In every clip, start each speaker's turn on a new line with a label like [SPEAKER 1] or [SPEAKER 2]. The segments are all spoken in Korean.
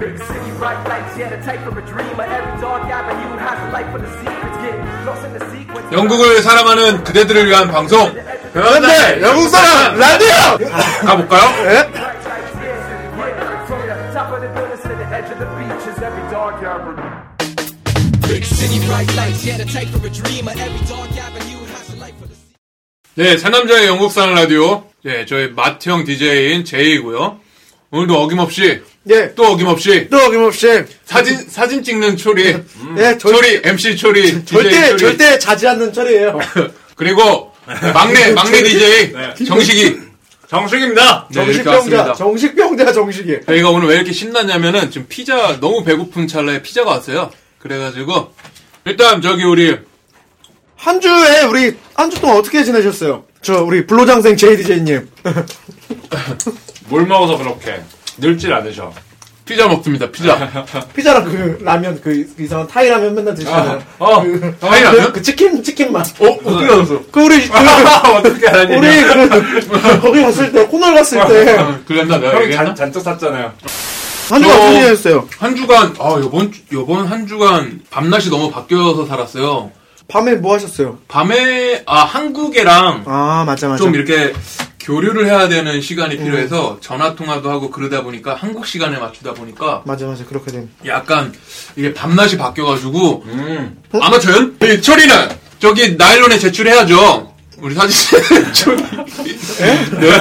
[SPEAKER 1] Big city, bright lights, yeah, the type of a dreamer. Every dark avenue has a light for the secrets. Get lost in the sequence.
[SPEAKER 2] 영국을 사랑하는 그대들을 위한 방송 네.
[SPEAKER 3] 그런데 영국 사람 라디오.
[SPEAKER 2] 가볼까요?
[SPEAKER 1] Bright lights, yeah, yeah. From the top of the buildings to the edge of the beaches, every dark avenue. Big city, bright lights, yeah, the type of a dreamer. Every dark avenue has a light for the
[SPEAKER 2] 네, 새남자의 영국 사랑 라디오. 예, 저희 마트형 DJ인 제이고요. 오늘도 어김없이
[SPEAKER 3] 예.
[SPEAKER 2] 또 어김없이
[SPEAKER 3] 또 어김없이.
[SPEAKER 2] 사진 사진 찍는 초리, 음,
[SPEAKER 3] 예. 절,
[SPEAKER 2] 초리 MC 초리, DJ
[SPEAKER 3] 절대
[SPEAKER 2] 초리. 네,
[SPEAKER 3] 절대 자지 않는 철이에요.
[SPEAKER 2] 그리고 막내 막내 DJ 정식이
[SPEAKER 4] 정식입니다.
[SPEAKER 2] 네, 이렇게
[SPEAKER 3] 네. 정식병자.
[SPEAKER 2] 왔습니다.
[SPEAKER 3] 정식병자 정식이.
[SPEAKER 2] 저희가 오늘 왜 이렇게 신나냐면은 지금 피자 너무 배고픈 찰나에 피자가 왔어요. 그래가지고 일단 저기 우리
[SPEAKER 3] 한 주에 우리 한 주 동안 어떻게 지내셨어요? 저 우리 불로장생 JDJ님.
[SPEAKER 4] 뭘 먹어서 그렇게 늙질 않으셔.
[SPEAKER 2] 피자 먹습니다. 피자.
[SPEAKER 3] 피자랑 그 라면 그, 그 이상한 타이 라면 맨날 드시잖아요.
[SPEAKER 4] 어,
[SPEAKER 2] 타이
[SPEAKER 3] 그-
[SPEAKER 2] 라면?
[SPEAKER 3] 그 치킨 치킨 맛.
[SPEAKER 2] 어 어떻게 알았어?
[SPEAKER 3] 그 우리 그,
[SPEAKER 4] 어떻게 알았냐?
[SPEAKER 3] 우리 그, 거기 갔을 때 코널 갔을 때 한
[SPEAKER 2] 그랬나 내가
[SPEAKER 4] 형이
[SPEAKER 2] 얘기했나?
[SPEAKER 4] 잔, 잔뜩 샀잖아요.
[SPEAKER 3] 주간 어떻게 지내셨어요?
[SPEAKER 2] 한 주간 아 요번 주- 요번 한 주간 밤낮이 너무 바뀌어서 살았어요.
[SPEAKER 3] 밤에 뭐 하셨어요?
[SPEAKER 2] 밤에 아
[SPEAKER 4] 어,
[SPEAKER 2] 한국애랑
[SPEAKER 3] 아 맞아 맞아.
[SPEAKER 2] 좀 이렇게 교류를 해야 되는 시간이
[SPEAKER 4] 음.
[SPEAKER 2] 필요해서 전화 통화도 하고 그러다 보니까 한국 시간에 맞추다 보니까
[SPEAKER 3] 맞아 맞아 그렇게 된.
[SPEAKER 2] 약간 이게 밤낮이 바뀌어가지고
[SPEAKER 4] 음.
[SPEAKER 2] 아무튼 이 철이는 저기 나일론에 제출해야죠. 우리 사진 철이 네.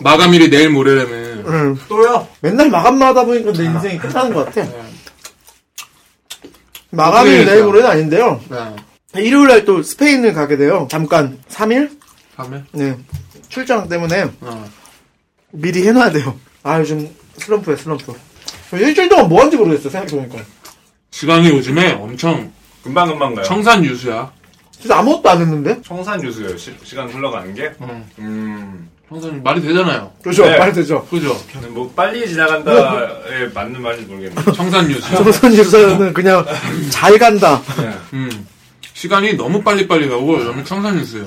[SPEAKER 2] 마감일이 내일 모레라면
[SPEAKER 3] 응.
[SPEAKER 4] 또요? 네.
[SPEAKER 3] 맨날 마감만 하다 보니까 내 인생이 끝나는 것 같아. 마감이
[SPEAKER 2] 그래야죠.
[SPEAKER 3] 내일 모레는 아닌데요.
[SPEAKER 2] 네.
[SPEAKER 3] 일요일 날 또 스페인을 가게 돼요. 잠깐 3일?
[SPEAKER 2] 밤에
[SPEAKER 3] 네. 출장 때문에
[SPEAKER 2] 어.
[SPEAKER 3] 미리 해놔야 돼요. 아 요즘 슬럼프야 슬럼프. 저 일주일 동안 뭐 한지 모르겠어 생각해보니까.
[SPEAKER 2] 시간이 요즘에 엄청
[SPEAKER 4] 금방금방 가요.
[SPEAKER 2] 청산 유수야.
[SPEAKER 3] 진짜 아무것도 안 했는데?
[SPEAKER 4] 청산 유수요. 시, 시간 흘러가는 게.
[SPEAKER 2] 음.
[SPEAKER 4] 음.
[SPEAKER 2] 청산 말이 되잖아요.
[SPEAKER 3] 그죠?
[SPEAKER 4] 네.
[SPEAKER 3] 말 되죠.
[SPEAKER 2] 그죠?
[SPEAKER 4] 뭐 빨리 지나간다에 맞는 말인지 모르겠는데.
[SPEAKER 2] 청산 유수.
[SPEAKER 3] 정선 유서는 그냥 잘 간다.
[SPEAKER 2] 음. 시간이 너무 빨리빨리 가고 너무 청산 유수예요.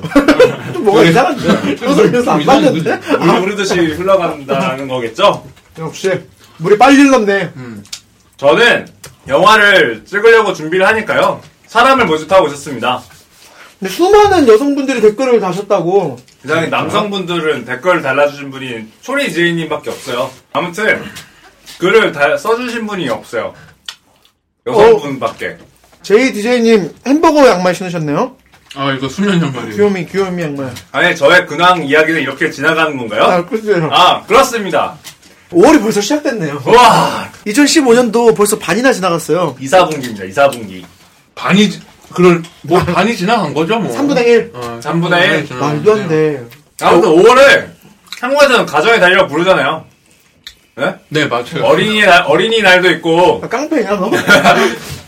[SPEAKER 3] 좀 뭐가 이상한데? 정선 유서 안 봤는데?
[SPEAKER 4] 물 흐르듯이 흘러간다는 거겠죠?
[SPEAKER 3] 역시 물이 빨리 흘렀네.
[SPEAKER 4] 저는 영화를 찍으려고 준비를 하니까요. 사람을 모집하고 있었습니다.
[SPEAKER 3] 근데 수많은 여성분들이 댓글을 다셨다고.
[SPEAKER 4] 그다음에 남성분들은 댓글을 달아주신 분이 초리 지혜님밖에 없어요. 아무튼 글을 다 써주신 분이 없어요. 여성분밖에.
[SPEAKER 3] 제이 DJ님 햄버거 양말 신으셨네요?
[SPEAKER 2] 아 이거 수면 양말이에요.
[SPEAKER 3] 귀요미, 귀요미 양말.
[SPEAKER 4] 아니 저의 근황 이야기는 이렇게 지나가는 건가요?
[SPEAKER 3] 아, 글쎄요.
[SPEAKER 4] 아 그렇습니다.
[SPEAKER 3] 5월이 벌써 시작됐네요.
[SPEAKER 4] 우와
[SPEAKER 3] 2015년도 벌써 반이나 지나갔어요.
[SPEAKER 4] 이사분기입니다. 이사분기.
[SPEAKER 2] 반이 지- 그럴 뭐 반이 지나간 거죠 뭐.
[SPEAKER 3] 3분의 1.
[SPEAKER 2] 어,
[SPEAKER 4] 3분의 일.
[SPEAKER 2] 지나갔는데요.
[SPEAKER 3] 말도 안 돼.
[SPEAKER 4] 아무튼 5월에 한국에서는 가정의 달이라고 부르잖아요.
[SPEAKER 2] 네 맞아요.
[SPEAKER 4] 어린이 날 어린이 날도 있고
[SPEAKER 3] 아, 깡패냐, 너?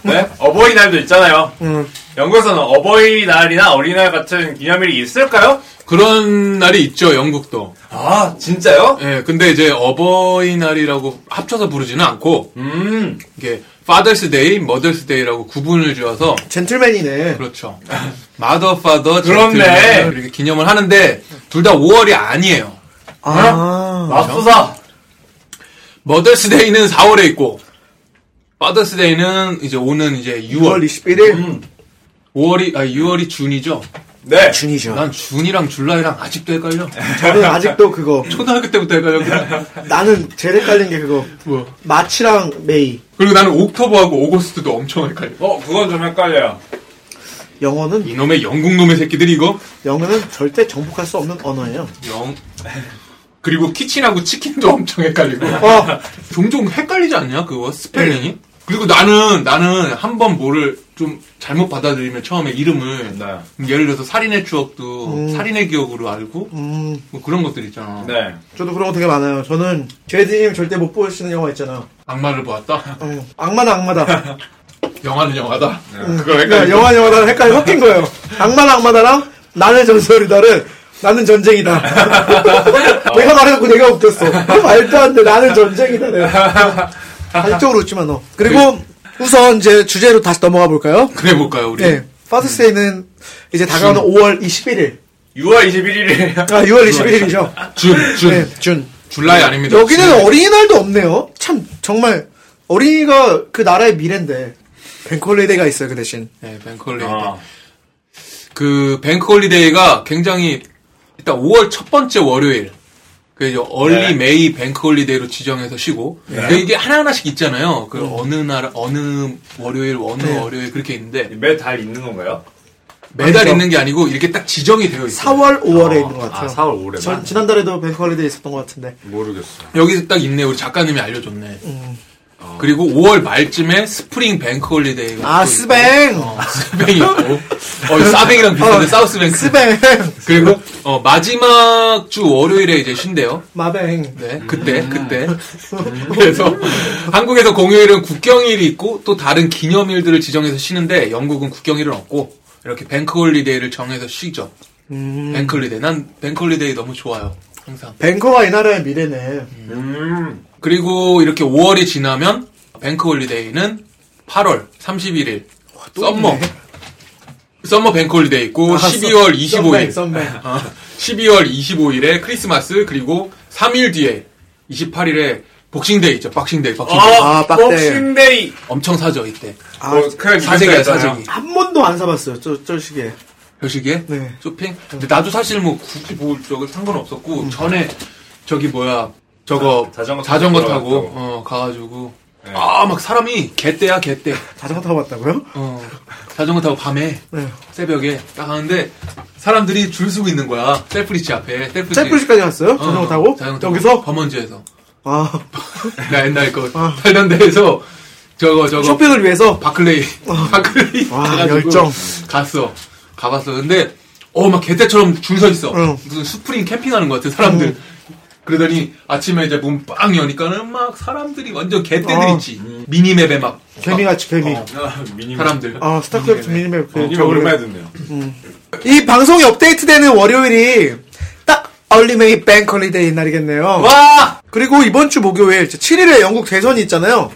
[SPEAKER 4] 네? 어버이날도 있잖아요.
[SPEAKER 3] 응.
[SPEAKER 4] 영국에서는 어버이날이나 어린이날 같은 기념일이 있을까요?
[SPEAKER 2] 그런 날이 있죠 영국도.
[SPEAKER 4] 아 진짜요?
[SPEAKER 2] 예, 근데 이제 어버이날이라고 합쳐서 부르지는 않고
[SPEAKER 4] 음
[SPEAKER 2] 이게 Father's Day, Mother's Day라고 구분을 지어서
[SPEAKER 3] 젠틀맨이네.
[SPEAKER 2] 그렇죠. Mother, Father,
[SPEAKER 4] 그렇네.
[SPEAKER 2] gentleman 이렇게 기념을 하는데 둘 다 5월이 아니에요.
[SPEAKER 3] 아.
[SPEAKER 4] 어? 맙소사.
[SPEAKER 2] Mother's Day는 4월에 있고 Father's Day는 이제 오는 이제
[SPEAKER 3] 6월
[SPEAKER 2] 6월,
[SPEAKER 3] 21일.
[SPEAKER 4] 음.
[SPEAKER 2] 5월이 아 6월이 준이죠.
[SPEAKER 4] 네.
[SPEAKER 3] 준이죠.
[SPEAKER 2] 난 준이랑 줄라이랑 아직도 헷갈려.
[SPEAKER 3] 저는 아직도 그거.
[SPEAKER 2] 초등학교 때부터 헷갈려.
[SPEAKER 3] 나는 제일 헷갈린 게 그거.
[SPEAKER 2] 뭐.
[SPEAKER 3] 마치랑 메이.
[SPEAKER 2] 그리고 나는 옥토버하고 오거스트도 엄청 헷갈려.
[SPEAKER 4] 어, 그건 좀 헷갈려요.
[SPEAKER 3] 영어는,
[SPEAKER 2] 이놈의 영국 놈의 새끼들이 이거
[SPEAKER 3] 영어는 절대 정복할 수 없는 언어예요.
[SPEAKER 2] 영 그리고 키친하고 치킨도 엄청 헷갈리고
[SPEAKER 3] 어,
[SPEAKER 2] 종종 헷갈리지 않냐 그거
[SPEAKER 3] 네.
[SPEAKER 2] 스펠링이 그리고 나는 나는 한 번 뭐를 좀 잘못 받아들이면 처음에 이름을
[SPEAKER 4] 네.
[SPEAKER 2] 예를 들어서 살인의 추억도
[SPEAKER 3] 음.
[SPEAKER 2] 살인의 기억으로 알고
[SPEAKER 3] 음.
[SPEAKER 2] 뭐 그런 것들 있잖아
[SPEAKER 4] 네.
[SPEAKER 3] 저도 그런 거 되게 많아요. 저는 제디님 절대 못 보시는 영화 있잖아.
[SPEAKER 2] 악마를 보았다
[SPEAKER 3] 어, 악마다 악마다.
[SPEAKER 2] 영화는 영화다
[SPEAKER 4] 그걸
[SPEAKER 3] 그러니까 영화 영화다랑 헷갈려 섞인 거예요. 악마다 악마다랑 나는 전설이다를 나는 전쟁이다. 내가 말해놓고 내가 웃겼어. 말도 안 돼. 나는 전쟁이다. 내가. 한쪽으로 웃지 마 너. 그리고 우선 이제 주제로 다시 넘어가 볼까요?
[SPEAKER 2] 그래 볼까요 우리
[SPEAKER 3] 네. 파스세이는 이제 다가오는 5월 21일.
[SPEAKER 4] 6월 21일이에요.
[SPEAKER 3] 아, 6월 21일이죠.
[SPEAKER 2] 준 준
[SPEAKER 3] 네, 준. 네.
[SPEAKER 2] 줄라이 아닙니다
[SPEAKER 3] 여기는
[SPEAKER 2] 준.
[SPEAKER 3] 어린이날도 없네요. 참 정말 어린이가 그 나라의 미래인데 뱅콜리데이가 있어요 그 대신.
[SPEAKER 2] 네, 뱅컬리데이.
[SPEAKER 4] 아,
[SPEAKER 2] 그 뱅컬리데이가 굉장히 일단 5월 첫 번째 월요일 그 이제 얼리
[SPEAKER 4] 네.
[SPEAKER 2] 메이 뱅컬리데이로 지정해서 쉬고
[SPEAKER 3] 네.
[SPEAKER 2] 그 이게 하나 하나씩 있잖아요. 그 어느 날 어느 월요일 어느
[SPEAKER 3] 음. 네.
[SPEAKER 2] 월요일 그렇게 있는데
[SPEAKER 4] 매달 있는 건가요?
[SPEAKER 2] 매달
[SPEAKER 3] 아니죠.
[SPEAKER 2] 있는 게 아니고 이렇게 딱 지정이 되어 있어요.
[SPEAKER 3] 4월, 5월에 있는 것 같아요.
[SPEAKER 4] 아, 4월
[SPEAKER 2] 네,
[SPEAKER 4] 5월에만?
[SPEAKER 3] 전- 지난달에도 뱅컬리데이 있었던 것 같은데.
[SPEAKER 4] 모르겠어.
[SPEAKER 2] 여기서 딱 있네 우리 작가님이 알려줬네.
[SPEAKER 3] 음.
[SPEAKER 2] 그리고 5월 말쯤에 스프링 뱅컬리데이가
[SPEAKER 3] 아, 스뱅!
[SPEAKER 2] 어, 스뱅이 있고 어, 이거 사뱅이랑 비슷한데
[SPEAKER 3] 어,
[SPEAKER 2] 사우스뱅
[SPEAKER 3] 스뱅!
[SPEAKER 2] 그리고 어, 마지막 주 월요일에 이제 쉰대요.
[SPEAKER 3] 마뱅.
[SPEAKER 2] 네, 그때, 그때. 그래서 한국에서 공휴일은 국경일이 있고 또 다른 기념일들을 지정해서 쉬는데 영국은 국경일은 없고 이렇게 뱅크홀리데이를 정해서 쉬죠.
[SPEAKER 3] 음.
[SPEAKER 2] 뱅크홀리데이. 난 뱅크홀리데이 너무 좋아요. 항상.
[SPEAKER 3] 뱅커가 이 나라의 미래네.
[SPEAKER 4] 음,
[SPEAKER 2] 그리고 이렇게 5월이 지나면 뱅크홀리데이는 8월 31일. 썸머. 썸머 뱅크홀리데이 있고 12월 25일.
[SPEAKER 3] 네. 아, 썸뱅, 썸뱅.
[SPEAKER 2] 아, 12월 25일에 크리스마스 그리고 3일 뒤에 28일에 복싱데이 있죠. 박싱데이, 박싱데이.
[SPEAKER 3] 아, 빡대.
[SPEAKER 4] 복싱데이.
[SPEAKER 2] 엄청 사죠 이때.
[SPEAKER 3] 아,
[SPEAKER 4] 뭐, 그냥
[SPEAKER 2] 사재기야
[SPEAKER 4] 있잖아요.
[SPEAKER 2] 사재기.
[SPEAKER 3] 한 번도 안 사봤어요, 저, 저 시기에.
[SPEAKER 2] 표시기에
[SPEAKER 3] 네. 음.
[SPEAKER 2] 쇼핑. 근데 나도 사실 뭐 굳이 볼 적은 상관없었고 전에 저기 뭐야 저거
[SPEAKER 4] 자- 자전거 타고
[SPEAKER 2] 타고
[SPEAKER 4] 들어갔다고.
[SPEAKER 2] 어, 가가지고
[SPEAKER 4] 네.
[SPEAKER 2] 아 막 사람이 개떼야 개떼.
[SPEAKER 3] 자전거 타고 왔다고요?
[SPEAKER 2] 어, 자전거 타고 밤에
[SPEAKER 3] 네.
[SPEAKER 2] 새벽에 딱 가는데 사람들이 줄 서고 있는 거야 셀프리치 앞에 셀프리치.
[SPEAKER 3] 셀프시까지 갔어요? 자전거 타고?
[SPEAKER 2] 자전거 타고.
[SPEAKER 3] 여기서?
[SPEAKER 2] 범원지에서.
[SPEAKER 3] 아,
[SPEAKER 2] 나 옛날 거
[SPEAKER 3] 아.
[SPEAKER 2] 살던 데에서 저거 저거
[SPEAKER 3] 쇼핑을 위해서?
[SPEAKER 2] 바클레이 바클레이
[SPEAKER 3] 어. 와,
[SPEAKER 2] 가가지고
[SPEAKER 3] 열정.
[SPEAKER 2] 갔어 가봤어 근데 어 막 개떼처럼 줄 서 있어
[SPEAKER 3] 응.
[SPEAKER 2] 무슨 스프링 캠핑하는 것 같아 사람들
[SPEAKER 3] 어.
[SPEAKER 2] 그러더니 아침에 이제 문 빵 여니까는 막 사람들이 완전 개떼들
[SPEAKER 3] 어.
[SPEAKER 2] 있지 미니맵에 막
[SPEAKER 3] 개미같이 개미.
[SPEAKER 2] 어, 음, 네.
[SPEAKER 4] 아, 미니맵.
[SPEAKER 2] 사람들
[SPEAKER 3] 아, 스타크래프트 미니맵. 그,
[SPEAKER 4] 미니맵
[SPEAKER 3] 저거를-
[SPEAKER 4] 오랜만에 듣네요.
[SPEAKER 3] 이 방송이 업데이트되는 월요일이 딱 얼리메이 뱅컬리데이 날이겠네요.
[SPEAKER 2] 와
[SPEAKER 3] 그리고 이번 주 목요일, 7일에 영국 대선이 있잖아요.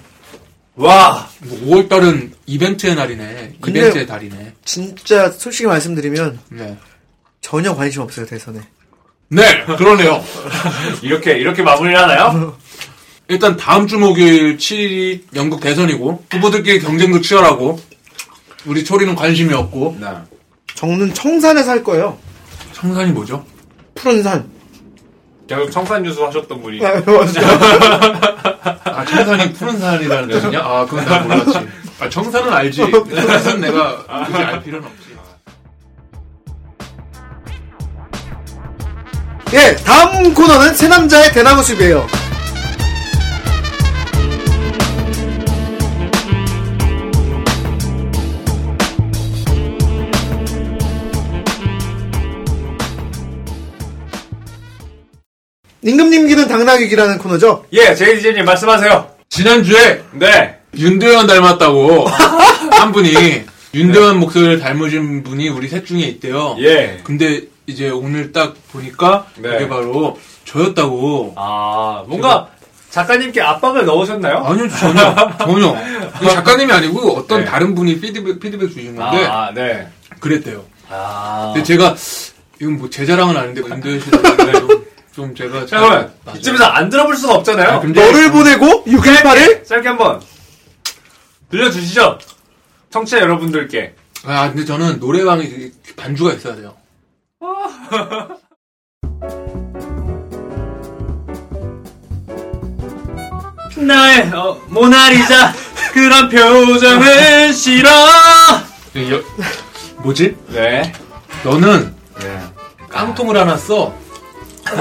[SPEAKER 4] 와,
[SPEAKER 2] 뭐 5월달은 이벤트의 날이네
[SPEAKER 3] 근데-
[SPEAKER 2] 이벤트의 달이네
[SPEAKER 3] 진짜 솔직히 말씀드리면
[SPEAKER 2] 네.
[SPEAKER 3] 전혀 관심 없어요, 대선에.
[SPEAKER 2] 네 그러네요
[SPEAKER 4] 이렇게 이렇게 마무리하나요?
[SPEAKER 2] 일단 다음 주 목요일 7일이 영국 대선이고 후보들끼리 경쟁도 치열하고 우리 초리는 관심이 없고
[SPEAKER 4] 네.
[SPEAKER 3] 저는 청산에 살 거예요.
[SPEAKER 2] 청산이 뭐죠?
[SPEAKER 3] 푸른산.
[SPEAKER 4] 계속 청산 뉴스 하셨던 분이
[SPEAKER 2] 아 청산이 푸른 산이라는 뜻이냐? 아 그건 난 몰랐지. 아 청산은 알지. 푸른산 내가 굳이 알 필요는 없지. 아.
[SPEAKER 3] 예, 다음 코너는 새 남자의 대나무 숲이에요. 임금님 기는 당나귀기라는 코너죠.
[SPEAKER 4] 예, 제이디제님 말씀하세요.
[SPEAKER 2] 지난 주에
[SPEAKER 4] 네.
[SPEAKER 2] 윤대현 닮았다고 한 분이 윤대현 목소리를 닮으신 분이 우리 셋 중에 있대요.
[SPEAKER 4] 예.
[SPEAKER 2] 근데 이제 오늘 딱 보니까
[SPEAKER 4] 네.
[SPEAKER 2] 그게 바로 저였다고.
[SPEAKER 4] 아, 뭔가 작가님께 압박을 넣으셨나요?
[SPEAKER 2] 아니요 전혀 전혀 이 작가님이 아니고 어떤
[SPEAKER 4] 네.
[SPEAKER 2] 다른 분이 피드백 피드백 주신 건데
[SPEAKER 4] 아, 네.
[SPEAKER 2] 그랬대요.
[SPEAKER 4] 아. 네.
[SPEAKER 2] 근데 제가 이건 뭐 제 자랑은 아닌데 윤도현 씨 좀, 좀 제가
[SPEAKER 4] 자, 그러면 이쯤에서 안 들어볼 수가 없잖아요.
[SPEAKER 2] 아, 근데-
[SPEAKER 3] 너를 보내고 6일 8일
[SPEAKER 4] 짧게 한번 들려주시죠. 청취자 여러분들께.
[SPEAKER 2] 아 근데 저는 노래방에 되게 반주가 있어야 돼요.
[SPEAKER 4] 나의 어, 모나리자 그런 표정은 싫어.
[SPEAKER 2] 근데 여- 뭐지?
[SPEAKER 4] 네.
[SPEAKER 2] 너는
[SPEAKER 4] 네.
[SPEAKER 2] 깡통을 하나 써.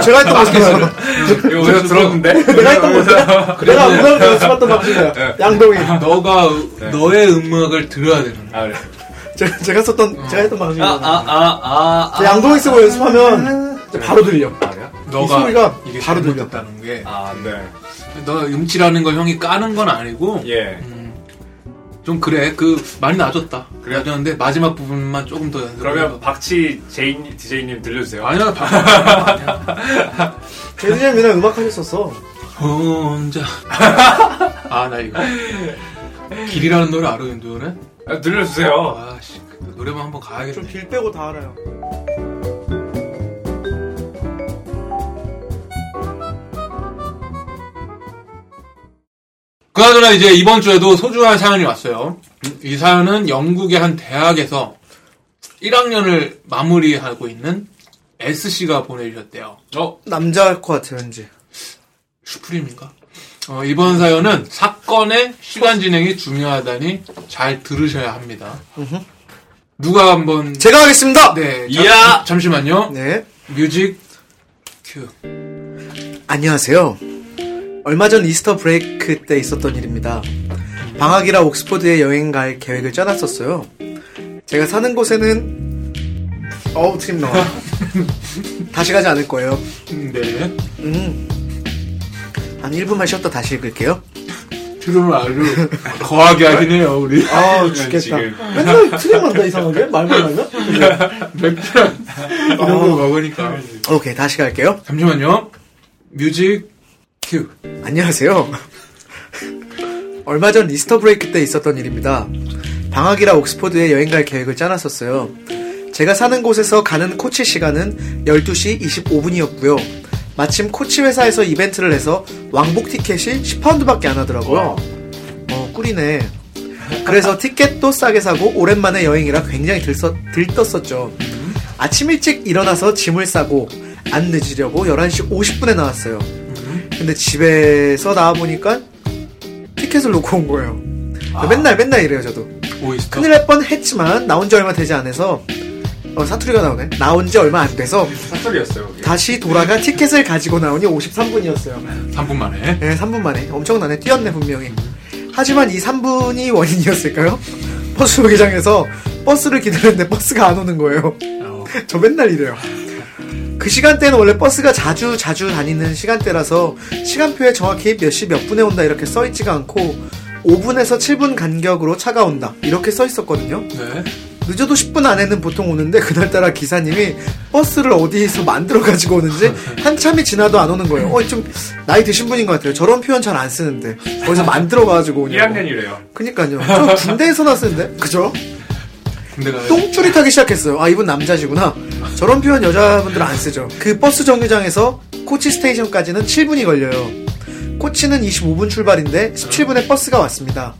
[SPEAKER 3] 제가 했던 방송이에요.
[SPEAKER 4] 이거 어디서 들었는데?
[SPEAKER 3] 내가 했던 방송. 내가
[SPEAKER 2] 그래서-
[SPEAKER 3] 문화를 연습했던 방송이에요. 양동이.
[SPEAKER 2] 너가
[SPEAKER 4] 네.
[SPEAKER 2] 너의 음악을 들어야 되는.
[SPEAKER 4] 아, 그래.
[SPEAKER 3] 제가, 제가 썼던 제가 했던 방송이에요.
[SPEAKER 4] 아, 아, 아, 아.
[SPEAKER 3] 제 양동이 쓰고 연습하면 이제 바로 들려.
[SPEAKER 4] 아, 그래요?
[SPEAKER 2] 너가
[SPEAKER 3] 소리가
[SPEAKER 2] 이게
[SPEAKER 3] 바로
[SPEAKER 2] 잘못됐다는 게.
[SPEAKER 4] 아, 네.
[SPEAKER 2] 너 음치라는 걸 형이 까는 건 아니고
[SPEAKER 4] 예.
[SPEAKER 2] 좀 그래 그 많이 낮았다.
[SPEAKER 4] 그래요?
[SPEAKER 2] 낮았는데 마지막 부분만 조금 더 연습.
[SPEAKER 4] 그러면 박치 제인 DJ님 들려주세요.
[SPEAKER 2] 아니야 바-
[SPEAKER 3] 제주제 누나 음악 하셨었어.
[SPEAKER 2] 혼자. 아 나 이거 길이라는 노래 알아 윤도현의?
[SPEAKER 4] 아, 들려주세요.
[SPEAKER 2] 아씨 노래방 한번 가야겠네.
[SPEAKER 3] 좀 길 빼고 다 알아요.
[SPEAKER 2] 그나저나 이제 이번 주에도 소중한 사연이 왔어요. 이 사연은 영국의 한 대학에서 1학년을 마무리하고 있는 S씨가 보내주셨대요.
[SPEAKER 4] 어?
[SPEAKER 3] 남자일 것 같아요, 왠지.
[SPEAKER 2] 슈프림인가? 어, 이번 사연은 사건의 시간 진행이 중요하다니 잘 들으셔야 합니다. 누가 한번
[SPEAKER 3] 제가 하겠습니다!
[SPEAKER 2] 네
[SPEAKER 4] 이야!
[SPEAKER 2] 잠, 잠시만요.
[SPEAKER 3] 네.
[SPEAKER 2] 뮤직 큐.
[SPEAKER 3] 안녕하세요. 얼마 전 이스터 브레이크 때 있었던 일입니다. 방학이라 옥스포드에 여행 갈 계획을 짜놨었어요. 제가 사는 곳에는 어우 트림 나와. 다시 가지 않을 거예요.
[SPEAKER 2] 네.
[SPEAKER 3] 음. 한 1분만 쉬었다 다시 읽을게요.
[SPEAKER 2] 주름을 아주 거하게 하시네요 우리.
[SPEAKER 3] 아
[SPEAKER 4] 죽겠다. 지금.
[SPEAKER 3] 맨날 트림한다 이상하게 말만 하면.
[SPEAKER 2] 맥주랑 이런 거 먹으니까.
[SPEAKER 3] 오케이 다시 갈게요.
[SPEAKER 2] 잠시만요. 뮤직 큐.
[SPEAKER 3] 안녕하세요. 얼마 전 이스터 브레이크 때 있었던 일입니다. 방학이라 옥스포드에 여행 갈 계획을 짜놨었어요. 제가 사는 곳에서 가는 코치 시간은 12시 25분이었고요. 마침 코치 회사에서 이벤트를 해서 왕복 티켓이 10파운드밖에 안 하더라고요. 어, 꿀이네. 그래서 티켓도 싸게 사고 오랜만에 여행이라 굉장히 들썩, 들떴었죠. 아침 일찍 일어나서 짐을 싸고 안 늦으려고 11시 50분에 나왔어요. 근데 집에서 나와보니까 티켓을 놓고 온 거예요. 맨날 맨날 이래요 저도.
[SPEAKER 2] 오이스터.
[SPEAKER 3] 큰일 날 뻔 했지만 나온 지 얼마 되지 않아서 어, 사투리가 나오네. 나온 지 얼마 안 돼서
[SPEAKER 4] 사투리였어요. 그게.
[SPEAKER 3] 다시 돌아가 티켓을 가지고 나오니 53분이었어요.
[SPEAKER 2] 3분 만에.
[SPEAKER 3] 네, 3분 만에. 엄청나네. 뛰었네, 분명히. 하지만 이 3분이 원인이었을까요? 버스 정류장에서 버스를 기다렸는데 버스가 안 오는 거예요.
[SPEAKER 2] 어,
[SPEAKER 3] 저 맨날 이래요. 그 시간대는 원래 버스가 자주 자주 다니는 시간대라서 시간표에 정확히 몇 시 몇 분에 온다 이렇게 써 있지가 않고 5분에서 7분 간격으로 차가 온다 이렇게 써 있었거든요.
[SPEAKER 2] 네.
[SPEAKER 3] 늦어도 10분 안에는 보통 오는데 그날따라 기사님이 버스를 어디서 만들어 가지고 오는지 한참이 지나도 안 오는 거예요. 어 좀 나이 드신 분인 것 같아요. 저런 표현 잘 안 쓰는데 어디서 만들어 가지고 오냐고.
[SPEAKER 4] 1학년이래요.
[SPEAKER 3] 그니까요. 저 군대에서나 쓰는데 그죠?
[SPEAKER 2] 군대 가요.
[SPEAKER 3] 똥줄이 타기 시작했어요. 아 이분 남자시구나. 저런 표현 여자분들은 안 쓰죠. 그 버스 정류장에서 코치 스테이션까지는 7분이 걸려요. 코치는 25분 출발인데 17분에 버스가 왔습니다.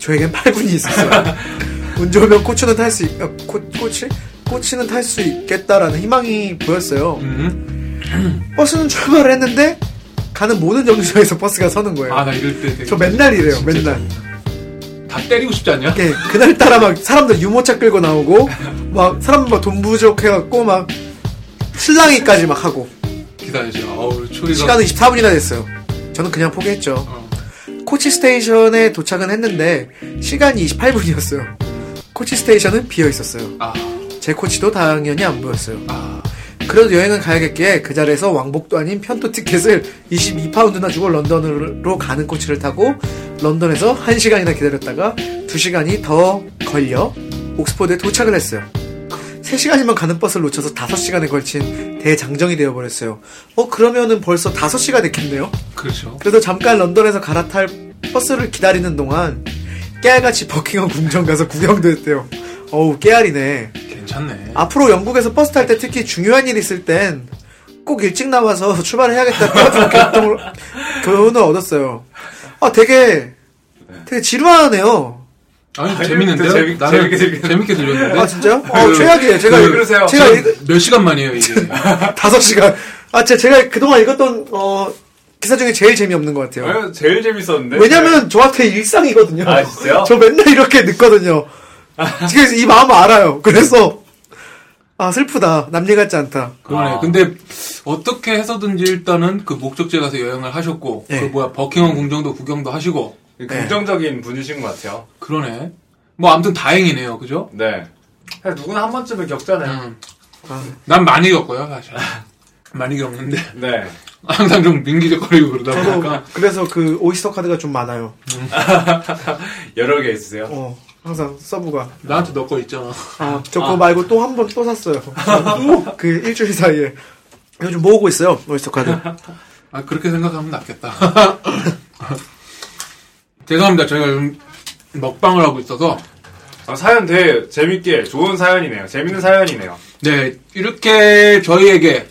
[SPEAKER 3] 저에겐 8분이 있었어요. 운 좋으면 코치는 탈 수 어, 코, 코치? 코치는 탈 수 있겠다라는 희망이 보였어요.
[SPEAKER 2] 음.
[SPEAKER 3] 버스는 출발을 했는데 가는 모든 정류장에서 버스가 서는 거예요.
[SPEAKER 2] 아, 나 이럴 때 되게
[SPEAKER 3] 저 맨날 이래요. 맨날.
[SPEAKER 2] 다 때리고 싶지 않냐?
[SPEAKER 3] 예, 그날따라 막 사람들 유모차 끌고 나오고 막 사람 막 돈 부족해갖고 막 실랑이까지 막 하고
[SPEAKER 2] 기다리죠. 어우, 초리가.
[SPEAKER 3] 시간은 24분이나 됐어요. 저는 그냥 포기했죠.
[SPEAKER 2] 어.
[SPEAKER 3] 코치 스테이션에 도착은 했는데 시간이 28분이었어요. 코치 스테이션은 비어 있었어요.
[SPEAKER 2] 아,
[SPEAKER 3] 제 코치도 당연히 안 보였어요.
[SPEAKER 2] 아.
[SPEAKER 3] 그래도 여행은 가야겠기에 그 자리에서 왕복도 아닌 편도 티켓을 22파운드나 주고 런던으로 가는 코치를 타고 런던에서 1시간이나 기다렸다가 2시간이 더 걸려 옥스포드에 도착을 했어요. 3시간이면 가는 버스를 놓쳐서 5시간에 걸친 대장정이 되어버렸어요. 어, 그러면은 벌써 5시가 됐겠네요?
[SPEAKER 2] 그렇죠.
[SPEAKER 3] 그래서 잠깐 런던에서 갈아탈 버스를 기다리는 동안 깨알같이 버킹엄 궁전 가서 구경도 했대요. 어우, 깨알이네.
[SPEAKER 2] 괜찮네. 아,
[SPEAKER 3] 앞으로 영국에서 버스 탈 때 특히 중요한 일 있을 땐 꼭 일찍 나와서 출발해야겠다 그런 교통을, 교훈을 얻었어요. 아, 되게, 되게 지루하네요.
[SPEAKER 2] 아니,
[SPEAKER 4] 아니,
[SPEAKER 2] 재밌는데요?
[SPEAKER 4] 재밌-
[SPEAKER 2] 나는
[SPEAKER 4] 재밌게 들리는데.
[SPEAKER 2] 재밌게 들렸는데.
[SPEAKER 3] 아, 진짜요? 어,
[SPEAKER 2] 그-
[SPEAKER 3] 최악이에요. 제가,
[SPEAKER 2] 그-
[SPEAKER 3] 읽-
[SPEAKER 4] 네. 그러세요.
[SPEAKER 3] 제가
[SPEAKER 2] 지금
[SPEAKER 3] 읽,
[SPEAKER 2] 몇 시간 만이에요, 이게.
[SPEAKER 3] 다섯 시간. 아, 제, 제가 그동안 읽었던, 어, 기사 중에 제일 재미없는 것 같아요.
[SPEAKER 4] 어, 제일 재밌었는데.
[SPEAKER 3] 왜냐면 저한테 일상이거든요.
[SPEAKER 4] 아, 진짜요?
[SPEAKER 3] 저 맨날 이렇게 늦거든요. 지금 이 마음 알아요. 그래서, 아, 슬프다. 남일 같지 않다.
[SPEAKER 2] 그러네.
[SPEAKER 4] 아.
[SPEAKER 2] 근데 어떻게 해서든지 일단은 그 목적지에 가서 여행을 하셨고,
[SPEAKER 3] 네.
[SPEAKER 2] 그 뭐야, 버킹엄 궁정도 구경도 하시고,
[SPEAKER 4] 네. 긍정적인 분이신 것 같아요.
[SPEAKER 2] 그러네. 뭐, 아무튼 다행이네요. 그죠?
[SPEAKER 4] 네. 사실 누구나 한 번쯤은 겪잖아요.
[SPEAKER 2] 음. 난 많이 겪어요, 사실. 많이 겪는데.
[SPEAKER 4] 네.
[SPEAKER 2] 항상 좀 민기적거리고 그러다
[SPEAKER 3] 저도
[SPEAKER 2] 보니까.
[SPEAKER 3] 그래서 그 오이스터 카드가 좀 많아요.
[SPEAKER 4] 여러 개 있으세요?
[SPEAKER 3] 어, 항상 서브가.
[SPEAKER 2] 나한테 너 거 있잖아.
[SPEAKER 3] 아, 저 그거 말고 또 한 번 또 샀어요. 그 일주일 사이에. 요즘 모으고 있어요, 오이스터 카드.
[SPEAKER 2] 아, 그렇게 생각하면 낫겠다. 죄송합니다. 저희가 요즘 먹방을 하고 있어서.
[SPEAKER 4] 아, 사연 되게 재밌게 좋은 사연이네요. 재밌는 사연이네요.
[SPEAKER 2] 네, 이렇게 저희에게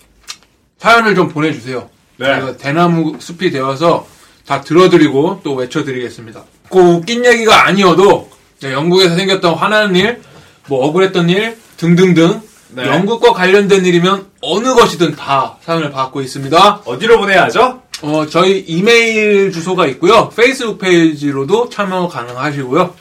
[SPEAKER 2] 사연을 좀 보내주세요.
[SPEAKER 4] 네.
[SPEAKER 2] 저희가 대나무 숲이 되어서 다 들어드리고 또 외쳐드리겠습니다. 꼭 웃긴 얘기가 아니어도 네, 영국에서 생겼던 화나는 일, 뭐 억울했던 일 등등등
[SPEAKER 4] 네.
[SPEAKER 2] 영국과 관련된 일이면 어느 것이든 다 사연을 받고 있습니다.
[SPEAKER 4] 어디로 보내야 하죠?
[SPEAKER 2] 어, 저희 이메일 주소가 있고요. 페이스북 페이지로도 참여 가능하시고요.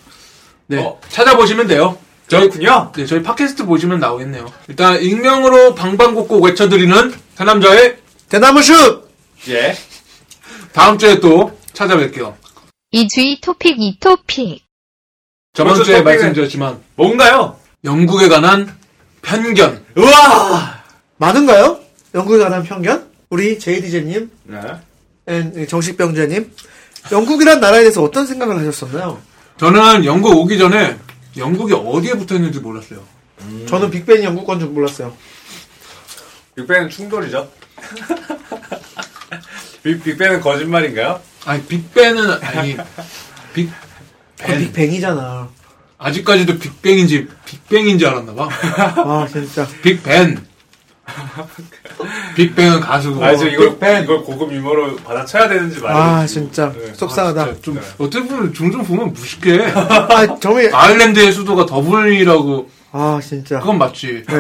[SPEAKER 2] 네,
[SPEAKER 4] 어.
[SPEAKER 2] 찾아보시면 돼요. 저희
[SPEAKER 4] 그렇군요.
[SPEAKER 2] 네, 저희 팟캐스트 보시면 나오겠네요. 일단 익명으로 방방곡곡 외쳐드리는 사남자의
[SPEAKER 3] 대나무 슛!
[SPEAKER 4] 예.
[SPEAKER 2] 다음 주에 또 찾아뵐게요.
[SPEAKER 5] 이주의 토픽 이 토픽.
[SPEAKER 2] 저번
[SPEAKER 4] 벌써
[SPEAKER 2] 주에
[SPEAKER 4] 토픽은-
[SPEAKER 2] 말씀드렸지만
[SPEAKER 4] 뭔가요?
[SPEAKER 2] 영국에 관한 편견.
[SPEAKER 4] 우와!
[SPEAKER 3] 많은가요? 영국에 관한 편견? 우리 JDJ님,
[SPEAKER 4] 네.
[SPEAKER 3] 정식병자님, 영국이란 나라에 대해서 어떤 생각을 하셨었나요?
[SPEAKER 2] 저는 영국 오기 전에 영국이 어디에 붙어 있는지 몰랐어요.
[SPEAKER 3] 저는 빅뱅이 영국 건줄 몰랐어요.
[SPEAKER 4] 빅뱅은 충돌이죠. 빅, 빅뱅은 거짓말인가요?
[SPEAKER 2] 아니 빅뱅은 아니 빅
[SPEAKER 3] 그 빅뱅이잖아.
[SPEAKER 2] 아직까지도 빅뱅인지 빅뱅인지 알았나 봐.
[SPEAKER 3] 와, 아, 진짜.
[SPEAKER 2] 빅벤. 빅뱅은 가수고.
[SPEAKER 4] 아, 저 이걸, 이걸 고급 유머로 받아쳐야 되는지 말이야.
[SPEAKER 3] 아, 진짜.
[SPEAKER 4] 네.
[SPEAKER 3] 속상하다.
[SPEAKER 2] 좀 아, 어떻게 보면 종종 보면 무식해.
[SPEAKER 3] 아, 점이,
[SPEAKER 2] 아일랜드의 수도가 더블린이라고
[SPEAKER 3] 아, 진짜.
[SPEAKER 2] 그건 맞지.
[SPEAKER 3] 네.